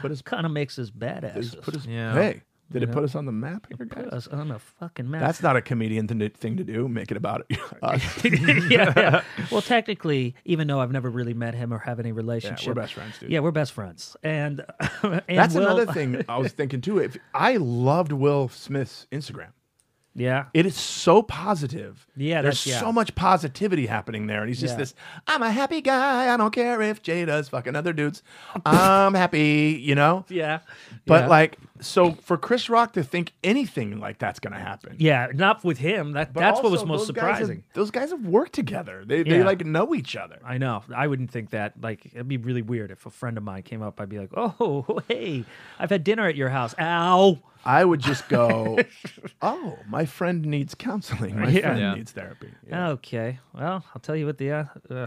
S2: Put us,
S3: Kind of makes us badasses.
S2: put us
S4: Yeah.
S2: hey, did it put us on the map here, guys?
S3: Put us on a fucking map.
S2: That's not a comedian thing to, thing to do. Make it about us.
S3: yeah, yeah. Well, technically, even though I've never really met him or have any relationship,
S2: best friends, dude.
S3: Yeah, we're best friends, and, and
S2: That's
S3: Will-
S2: another thing I was thinking too. If I loved Will Smith's Instagram.
S3: Yeah,
S2: It is so positive.
S3: Yeah,
S2: there's
S3: that's- yeah.
S2: so much positivity happening there, and he's just
S3: Yeah.
S2: this. I'm a happy guy. I don't care if Jada's fucking other dudes. I'm happy, you know.
S3: yeah,
S2: But
S3: Yeah.
S2: like, so for Chris Rock to think anything like that's gonna happen.
S3: yeah, not with him. That
S2: But
S3: that's what was
S2: also,
S3: most
S2: those guys have-
S3: surprising.
S2: those guys have worked together. They they
S3: Yeah.
S2: like know each other.
S3: I know. I wouldn't think that. Like, it'd be really weird if a friend of mine came up. I'd be like, "Oh, hey, I've had dinner at your house." Ow.
S2: I would just go, oh, my friend needs counseling. My
S3: Yeah.
S2: friend
S4: Yeah.
S2: needs therapy. Yeah.
S3: Okay. Well, I'll tell you what the. Uh, uh,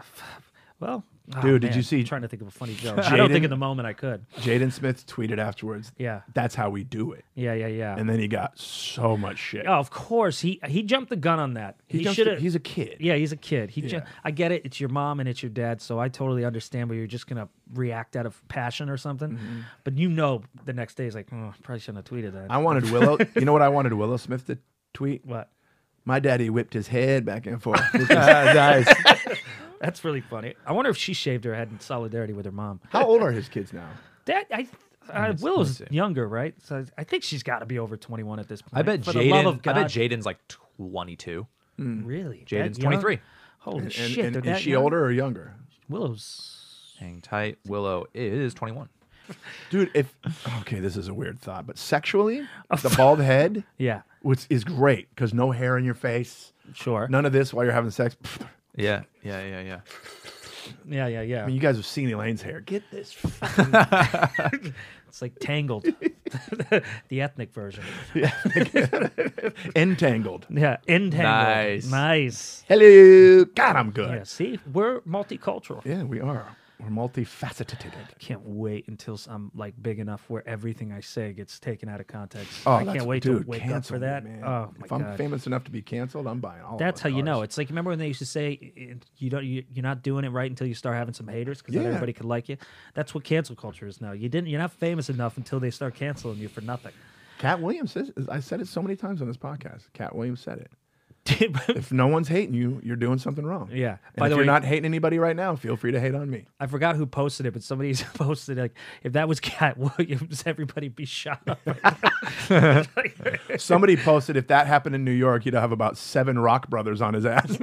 S3: well, oh,
S2: Dude, did you
S3: man,
S2: see-
S3: I'm trying to think of a funny joke. I don't
S2: Jaden-
S3: think in the moment I could.
S2: Jaden Smith tweeted afterwards.
S3: Yeah.
S2: that's how we do it.
S3: Yeah, yeah, yeah.
S2: And then he got so much shit.
S3: Oh, of course. He he jumped the gun on that. He,
S2: jumps
S3: should
S2: to-
S3: have.
S2: He's a kid.
S3: yeah, he's a kid. He ju-
S2: Yeah.
S3: I get it. It's your mom and it's your dad, so I totally understand where you're just gonna react out of passion or something. But you know, the next day is like, oh, I probably shouldn't have tweeted that.
S2: Mm-hmm. I wanted Willow. you know what I wanted Willow Smith to tweet?
S3: what?
S2: My daddy whipped his head back and forth. with his eyes.
S3: That's really funny. I wonder if she shaved her head in solidarity with her mom.
S2: How old are his kids now?
S3: That I. Uh, Willow's
S4: see.
S3: younger, right? So I think she's got to be over 21 at this point.
S4: I bet
S3: For the love
S4: Jaden.
S3: of
S4: I
S3: God, Mm,
S4: bet Jaden's like 22.
S3: really. that
S4: Jaden's
S3: young?
S4: 23.
S3: Holy
S2: And,
S3: shit!
S2: and-
S3: they're
S2: and
S3: that
S2: she
S3: young?
S2: older or younger?
S3: Willow's.
S4: Hang tight. Willow is 21.
S2: Dude, if okay, this is a weird thought, but sexually, the bald head,
S3: Yeah,
S2: which is great because no hair in your face,
S3: sure.
S2: none of this while you're having sex.
S4: Yeah. Yeah. Yeah. Yeah.
S3: Yeah, yeah, yeah.
S2: I mean, you guys have seen Elaine's hair. Get this. fucking-
S3: It's like Tangled, the ethnic version.
S2: Entangled.
S3: Yeah, entangled.
S4: Nice.
S3: nice.
S2: Hello. God, I'm good.
S3: Yeah, see, we're multicultural.
S2: Yeah, we are. We're multifaceted.
S3: Can't wait until I'm like big enough where everything I say gets taken out of context.
S2: Oh,
S3: I
S2: that's-
S3: can't wait
S2: dude,
S3: to wake up
S2: cancel
S3: for
S2: me,
S3: that.
S2: man.
S3: Oh my
S2: if I'm
S3: god.
S2: famous oh enough to be canceled, I'm buying all.
S3: That's
S2: those
S3: how you know.
S2: cars.
S3: It's like remember when they used to say eh, you don't you, you're not doing it right until you start having some haters because
S2: Yeah.
S3: everybody could like you. That's what cancel culture is now. You didn't you're not famous enough until they start canceling you for nothing.
S2: Cat Williams says. I said it so many times on this podcast. Cat Williams said it. If no one's hating you, you're doing something wrong.
S3: Yeah.
S2: And
S3: By
S2: if
S3: the
S2: you're
S3: way-
S2: not hating anybody right now, feel free to hate on me.
S3: I forgot who posted it, but somebody posted like, if that was Cat Williams, everybody be shot up.
S2: Somebody posted if that happened in New York, he'd have about seven Rock Brothers on his ass.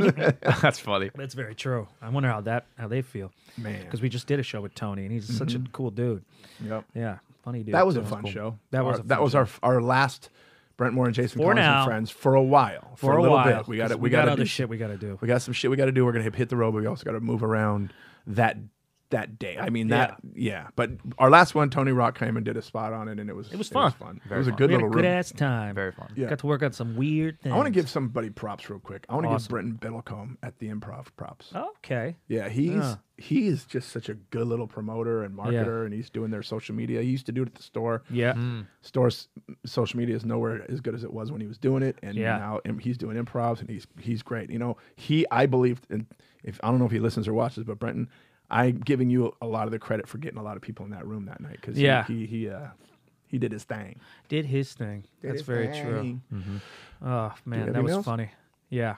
S4: That's funny.
S3: That's very true. I wonder how that how they feel,
S2: Man.
S3: Because we just did a show with Tony, and he's such a cool dude.
S2: Yep.
S3: Yeah, funny dude.
S2: That was a
S3: So-
S2: fun show.
S3: That was
S2: our,
S3: a
S2: that
S3: fun
S2: was our our last Brent Moore and Jason
S3: For
S2: Collins
S3: now.
S2: and friends for a while.
S3: for, a
S2: little
S3: while.
S2: bit. We got
S3: 'cause
S2: it. We, got,
S3: other
S2: do,
S3: shit we got to do.
S2: We got some shit we got to do. We're gonna hit, hit the road, but we also got to move around that that day. I mean that yeah. But our last one, Tony Rock came and did a spot on it, and it was it
S3: was
S2: It was,
S3: fun.
S2: It was a
S4: fun.
S2: good
S3: We had a
S2: little
S3: good
S2: room.
S3: ass time.
S4: Very fun.
S2: Yeah.
S3: Got to work on some weird things.
S2: I want to give somebody props real quick. I want to
S3: Awesome. Oh.
S2: give Brenton Belcombe at the Improv props.
S3: Okay.
S2: Yeah, he's he is just such a good little promoter and marketer, and he's doing their social media. He used to do it at the Hmm. store.
S3: Yeah.
S4: Mm.
S2: Store's social media is nowhere as good as it was when he was doing it, and
S3: Yeah.
S2: now im- he's doing improvs, and he's he's great. You know, he I believe, and if I don't know if he listens or watches, but Brenton, I'm giving you a lot of the credit for getting a lot of people in that room that night because
S3: Yeah.
S2: he he, he, uh, He did his thing. Hmm.
S3: Did his thing.
S2: Did
S3: That's
S2: his
S3: very true.
S2: thing.
S3: Oh man, that
S2: anything
S3: was
S2: else?
S3: funny. Yeah.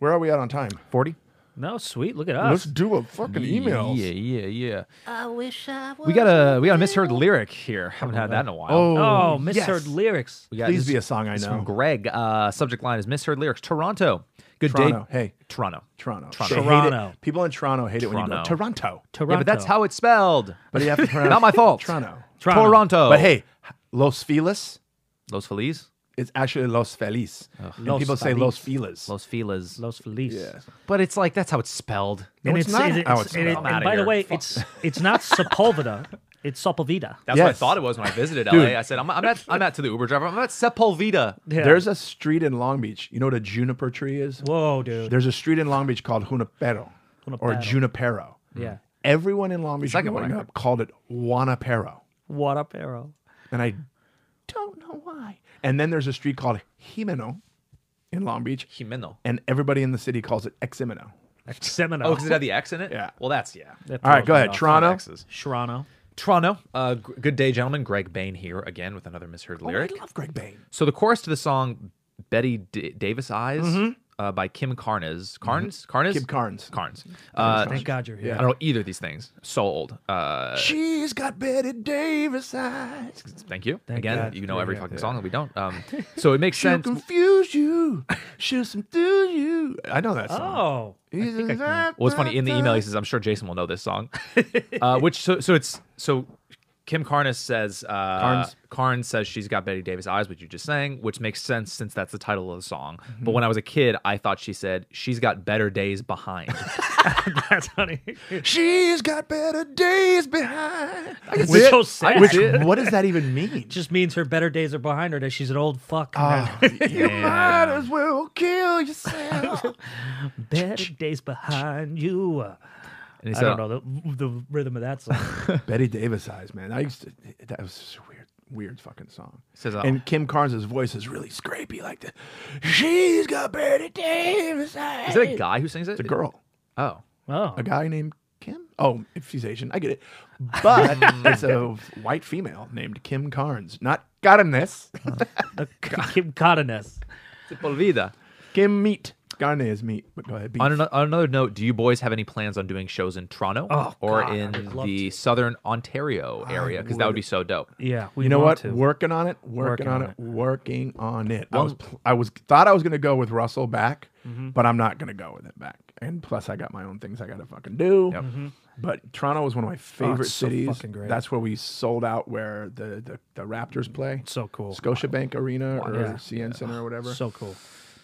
S2: Where are we at on time?
S4: 40?
S3: No, sweet. Look at
S2: Let's
S3: us.
S2: do a fucking email.
S4: Yeah, yeah, yeah. I wish I We got a we got a misheard lyric here. Haven't had that in a while.
S3: Oh, misheard
S2: yes.
S3: lyrics.
S4: we got
S2: Please
S4: this-
S2: be a song I
S4: this is
S2: know.
S4: From Greg, uh, subject line is misheard lyrics. Toronto. Good
S2: Toronto.
S4: day,
S2: Hey,
S4: Toronto.
S2: Toronto.
S4: Toronto.
S2: They hate it.
S3: Toronto.
S2: People in Toronto hate it when you go
S4: Toronto.
S2: Toronto.
S3: Toronto.
S4: Yeah, but that's how it's spelled.
S2: But you have to pronounce
S4: Not my fault.
S2: Toronto.
S3: Toronto.
S4: Toronto.
S2: But hey, Los Feliz
S4: Los Feliz,
S2: is actually Los Feliz. And
S3: Los
S2: people say
S3: Feliz.
S2: Los Feliz.
S4: Los Feliz.
S3: Los Feliz.
S2: Yeah.
S4: But it's like that's how it's spelled.
S2: No,
S3: and
S2: it's
S3: it's,
S2: not
S3: and it's-
S2: how it's
S3: and, it-
S4: spelled.
S3: and
S4: Outta
S3: by the
S4: here.
S3: way,
S4: Fuck.
S3: it's it's not Sepulveda, it's Sepulveda.
S4: That's what I
S2: Yes.
S4: thought it was when I visited
S2: Dude.
S4: LA. I said, I'm, I'm not I'm not to the Uber driver. I'm at Sepulveda.
S3: Yeah.
S2: There's a street in Long Beach. You know what a juniper tree is?
S3: Whoa, dude.
S2: There's a street in Long Beach called Junipero, or
S3: Junipero.
S2: Junipero.
S3: yeah.
S2: Everyone in Long Beach
S4: Second
S2: growing
S4: one I
S2: up called it Juanapero,
S3: What up, arrow?
S2: and I don't know why. And then there's a street called Jimeno in Long Beach,
S4: Jimeno.
S2: and everybody in the city calls it Eximeno.
S3: Seminole.
S4: Oh, because it had the X in it?
S2: Yeah.
S4: Well, that's yeah.
S2: All right, go ahead, Toronto.
S4: X's.
S3: Toronto.
S4: Toronto. Uh, g- good day, gentlemen. Greg Bain here again with another misheard
S2: Oh,
S4: lyric.
S2: I love Greg Bain.
S4: So the chorus to the song "Betty D- Davis Eyes" uh, by Kim Carnes, Carnes, Carnes,
S2: Mm-hmm. Kim Carnes.
S4: Carnes. Uh,
S3: Thank God you're here.
S4: I don't know either of these things. So old. Uh,
S2: She's got Betty Davis eyes.
S4: thank you again.
S3: God.
S4: You know every fucking song that we don't. Um, so it makes
S2: She'll
S4: sense.
S2: confuse you. She'll subdue you. I know that song.
S3: Oh.
S4: Well, it's funny in the email he says, "I'm sure Jason will know this song," uh, which so so it's so Kim Carnes says uh,
S2: Carnes.
S4: Carnes says she's got Betty Davis eyes, which you just sang, which makes sense since that's the title of the song. But when I was a kid, I thought she said she's got better days behind.
S3: That's funny.
S2: She's got better days behind.
S3: see it. so sad.
S2: Which,
S3: I see
S2: what does that even mean?
S3: Just means her better days are behind her. That she's an old fuck.
S2: Oh, you might as well kill yourself.
S3: better days behind you.
S4: And he
S3: I
S4: said,
S3: don't know the, the rhythm of that song.
S2: Betty Davis eyes, man. I used to. That was just a weird, weird fucking song.
S4: Says, uh,
S2: and Kim Carnes' voice is really scrapey, like the. She's got Betty Davis eyes.
S4: Is it a guy who sings it?
S2: It's a girl.
S4: Oh.
S3: Oh,
S2: A guy named Kim. Oh, if she's Asian, I get it. But it's a white female named Kim Carnes. Not got him this.
S3: Kim Cardenas.
S2: Kim meat. Carne is meat. But go ahead. beef.
S4: On, ano- on another note, do you boys have any plans on doing shows in Toronto
S3: Oh,
S4: or
S3: God, I
S4: in
S3: would love
S4: the
S3: to.
S4: southern Ontario area? Because that would be so dope.
S3: Yeah, we
S2: You know what?
S3: want To.
S2: Working on it, working,
S3: Working
S2: on
S3: on
S2: it, working on it. I was, pl- I was thought I was gonna go with Russell back,
S3: Mm-hmm.
S2: but I'm not gonna go with it back. And plus, I got my own things I gotta fucking do. But Toronto was one of my favorite
S3: Oh, it's so
S2: cities.
S3: fucking great.
S2: That's where we sold out where the the, the Raptors play.
S3: So cool.
S2: Scotiabank Arena or
S3: Yeah.
S2: CN Center or whatever.
S3: So cool.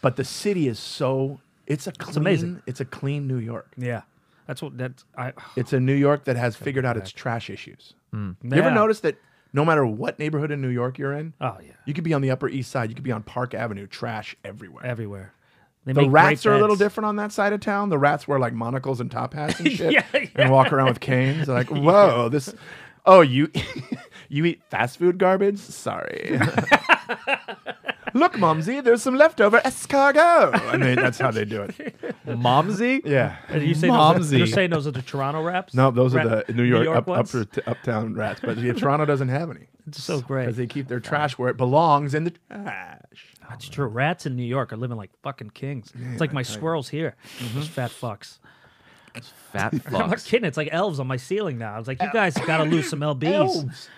S2: but the city is so it's a clean, it's
S3: amazing.
S2: It's a clean New York.
S3: Yeah, that's what that I.
S2: It's a New York that has figured out its trash issues. You ever
S3: Mm. Yeah.
S2: notice that no matter what neighborhood in New York you're in,
S3: Oh yeah,
S2: you could be on the Upper East Side, you could be on Park Avenue, trash everywhere.
S3: everywhere. They
S2: the
S3: make great
S2: rats are a little
S3: beds.
S2: different on that side of town. The rats wear like monocles and top hats and shit,
S3: Yeah,
S2: and walk around with canes. They're like, "Whoa, this! Oh, you, you eat fast food garbage? Sorry." Look, Mumsy, there's some leftover escargot, and they, that's how they do it.
S4: Momsy?
S2: Yeah,
S3: Are you saying those are,
S4: Momsy.
S3: you're saying those are the Toronto raps?
S2: no, those are
S3: Ra-
S2: the New York, up,
S3: ones?
S2: upper, t- uptown rats, but yeah, Toronto doesn't have any
S3: It's so
S2: because
S3: great.
S2: they keep their trash where it belongs in the trash.
S3: That's true. Rats in New York are living like fucking kings. it's like my squirrels here.
S2: Mm-hmm.
S3: Those fat fucks.
S4: Fat
S3: I'm not
S4: fucks.
S3: kidding. It's like elves on my ceiling now. I was like, you guys got to lose some LBs.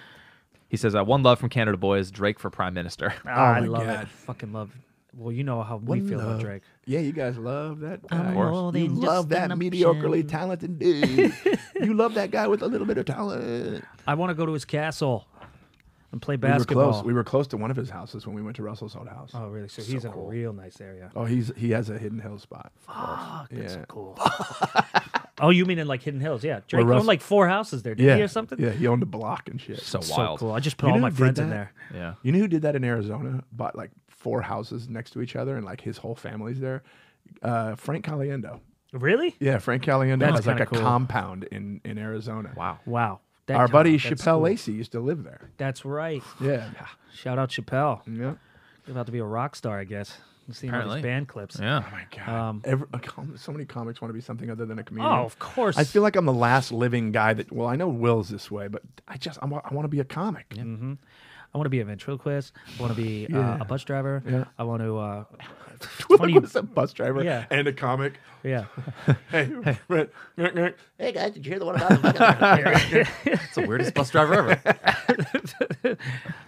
S4: he says, uh, one love from Canada boys, Drake for prime minister.
S3: Ah,
S2: Oh
S3: I
S2: my
S3: love
S2: God.
S3: it. Fucking love. Well, you know how we feel about Drake.
S2: Yeah, you guys love that. Guy.
S3: more Of course.
S2: You
S3: than
S2: love
S3: just
S2: that
S3: an
S2: mediocrely talented dude. you love that guy with a little bit of talent.
S3: I want to go to his castle and play
S2: We were
S3: basketball.
S2: close. We were close to one of his houses when we went to Russell's old house.
S3: oh, really? So, he's in a real nice area.
S2: Oh, he's he has a hidden hill spot.
S3: Fuck, that's
S2: Yeah.
S3: cool. oh, you mean in like Hidden Hills? Yeah. Drake
S2: Russ-
S3: owned like four houses there, didn't
S2: Yeah,
S3: he, or something?
S2: Yeah, he owned a block and shit.
S4: So
S3: So
S4: wild.
S3: cool. I just put
S2: You know
S3: all
S2: who
S3: my
S2: did
S3: friends in
S2: that?
S3: there.
S4: Yeah.
S2: You know who did that in Arizona? Bought like four houses next to each other and like his whole family's there. Uh, Frank Caliendo.
S3: Really?
S2: Yeah, Frank Caliendo
S3: That's
S2: has like
S3: kinda
S2: a
S3: cool.
S2: compound in in Arizona.
S4: Wow.
S3: Wow. That
S2: Our
S3: guy,
S2: buddy
S3: that's
S2: Chappelle
S3: cool.
S2: Lacey used to live there.
S3: That's right.
S2: Yeah.
S3: Shout out Chappelle.
S2: Yeah.
S3: You're about to be a rock star, I guess. I'm seeing all
S4: Apparently.
S3: these band clips.
S4: Yeah.
S2: Oh my god! Every, a com- so many comics want to be something other than a comedian.
S3: Um, Oh, of course.
S2: I feel like I'm the last living guy that. Well, I know Will's this way, but I just I'm, I want to be a comic.
S3: I want to be a ventriloquist. I want to be uh, a bus driver.
S2: Yeah.
S3: I want to. Uh,
S2: What
S3: 20
S2: was a bus driver
S3: Yeah.
S2: and a comic?
S3: yeah.
S2: Hey, Brett.
S5: Hey guys, did you hear the one about the
S4: It's the weirdest bus driver ever.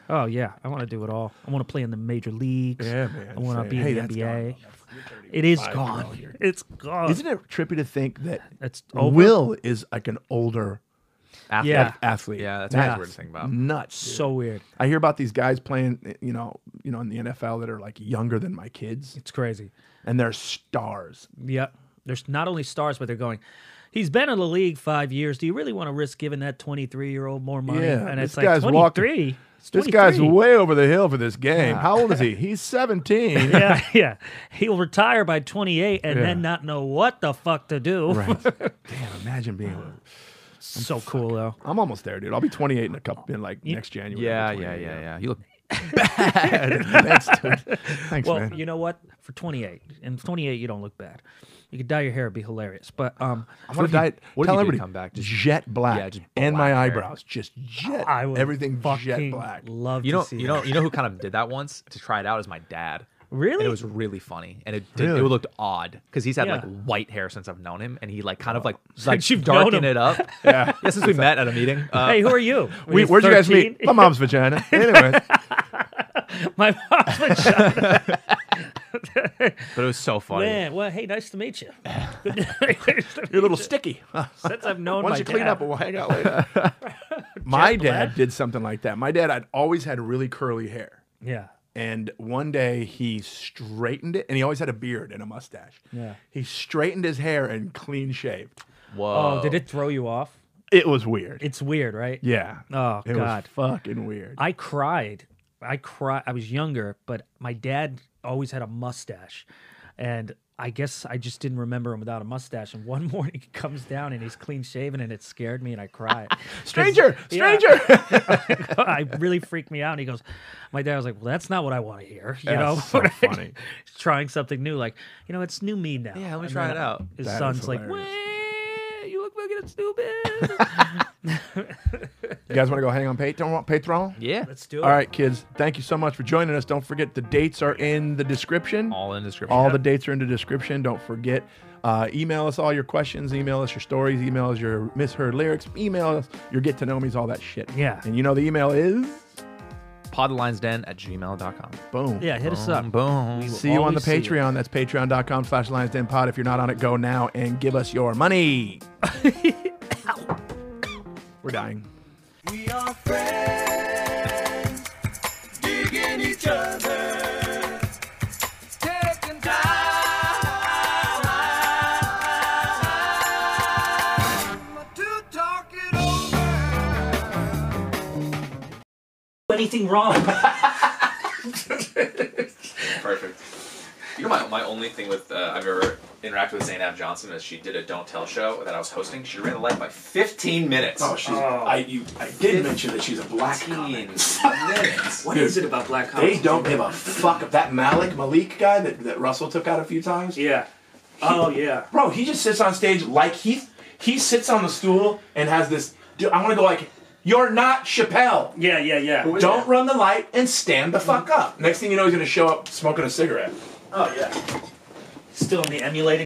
S3: Oh yeah, I want to do it all. I want to play in the major leagues.
S2: Yeah, man,
S3: I want
S2: same.
S3: to be
S2: Hey,
S3: in the
S2: that's
S3: NBA. It is gone. It's gone.
S2: Isn't it trippy to think that
S3: Oh. That's over.
S2: Will is like an older
S4: Athlete.
S3: Yeah.
S2: athlete?
S4: Yeah, that's what I was worried to think about.
S2: Nuts.
S3: so weird?
S2: I hear about these guys playing, you know, you know, in the NFL that are like younger than my kids,
S3: It's crazy.
S2: and they're stars.
S3: Yep. There's not only stars, but they're going. He's been in the league five years. Do you really want to risk giving that 23 year old more money?
S2: Yeah,
S3: and
S2: this
S3: it's like
S2: guy's
S3: 23.
S2: walking-
S3: It's
S2: This guy's
S3: 23.
S2: way over the hill for this game. How old is he? He's seventeen.
S3: yeah, yeah. He'll retire by 28 and
S2: Yeah.
S3: then not know what the fuck to do.
S2: Right. Damn, imagine being.
S3: so cool though.
S2: Uh, I'm almost there, dude. I'll be 28 in a couple in like next January.
S4: Yeah,
S2: I'll be
S4: yeah,
S2: 28,
S4: yeah, yeah. You look
S2: yeah. Thanks, dude. Thanks,
S3: Well,
S2: man.
S3: you know what? For 28, and 28, you don't look bad. You could dye your hair; it'd be hilarious. But um,
S4: what
S2: I'm gonna
S4: if you-
S2: dye it-
S4: what if
S2: Tell
S4: you did
S2: everybody,
S4: come back? Just-
S2: jet black,
S4: yeah, just
S2: and
S4: black
S2: my
S4: hair.
S2: eyebrows, just jet.
S3: I would
S2: everything jet
S3: fucking
S2: black.
S3: Love
S4: You
S3: to
S4: know,
S3: see
S4: you
S3: that.
S4: know, you know who kind of did that once to try it out is my dad.
S3: Really?
S4: And it was really funny, and it did,
S2: Really?
S4: it looked odd because he's had like
S3: Yeah.
S4: white hair since I've known him, and he like kind of like like
S3: you've known
S4: darkened
S3: him.
S4: it up. yeah. since we met at a meeting. Uh,
S3: Hey, who are you? Were
S2: We, where'd you guys meet?
S3: 13?
S2: My mom's vagina. Anyway,
S3: My mom's vagina.
S4: but it was so funny.
S3: Man, well, hey, nice to meet you.
S2: you're a little sticky.
S4: Oh
S3: Since I've known my
S2: Once you clean
S3: dad.
S2: up, we'll hang out later. my dad
S3: black?
S2: did something like that. My dad, I'd always had really curly hair.
S3: yeah,
S2: And one day he straightened it, and he always had a beard and a mustache.
S3: Yeah.
S2: He straightened his hair and clean shaved.
S4: Whoa.
S3: Oh, did it throw you off?
S2: It was weird.
S3: It's weird, right?
S2: yeah.
S3: Oh,
S2: it
S3: God.
S2: was fucking weird.
S3: I cried. I cried. I was younger, but my dad always had a mustache, and I guess I just didn't remember him without a mustache. And one morning he comes down and he's clean shaven, and it scared me, and I cried.
S2: stranger,
S3: Yeah.
S2: stranger.
S3: I really freaked me out. And he goes, my dad was like, "Well, that's not what I want to hear." You know,
S2: That's so funny.
S3: trying something new, like you know, it's new me now.
S4: Yeah, let me
S3: And
S4: try
S3: then
S4: it out.
S3: His
S2: That is
S3: son's like,
S2: hilarious.
S3: "Wait, you look fucking stupid."
S2: You guys want to go hang on Patreon? Patreon?
S4: Yeah.
S3: Let's do it.
S2: All right, kids. Thank you so much for joining us. Don't forget the dates are in the description.
S4: All in the description.
S2: All the dates are in the description. Don't forget. Uh, email us all your questions. Email us your stories. Email us your misheard lyrics. Email us your get to know me's. All that shit.
S3: Yeah.
S2: And you know the email is
S4: podlinesden at gmail.com.
S2: boom.
S3: Yeah, hit us up.
S4: Boom, boom.
S2: See you on the
S3: Always see you.
S2: Patreon. That's patreon.com slash Lions Den Pod. If you're not on it, go now and give us your money. We're dying.
S1: We are friends, digging each other, taking time to talk it over.
S3: Anything wrong?
S4: Perfect. You know, my, my only thing with uh, I've ever interacted with Zainab Johnson is she did a Don't Tell show that I was hosting. She ran the light by 15 minutes.
S2: Oh, she's, I, you, I did mention that she's a black
S4: 15 minutes.
S6: What is it about black
S2: They
S6: comics?
S2: don't give a fuck of that Malik Malik guy that, that Russell took out a few times.
S3: yeah. Oh yeah.
S2: Bro, he just sits on stage like he he sits on the stool and has this dude, I wanna go like, You're not Chappelle.
S3: Yeah, yeah, yeah.
S2: Don't run the light and stand the fuck up. Next thing you know he's gonna show up smoking a cigarette.
S3: Oh yeah. Still in the emulating.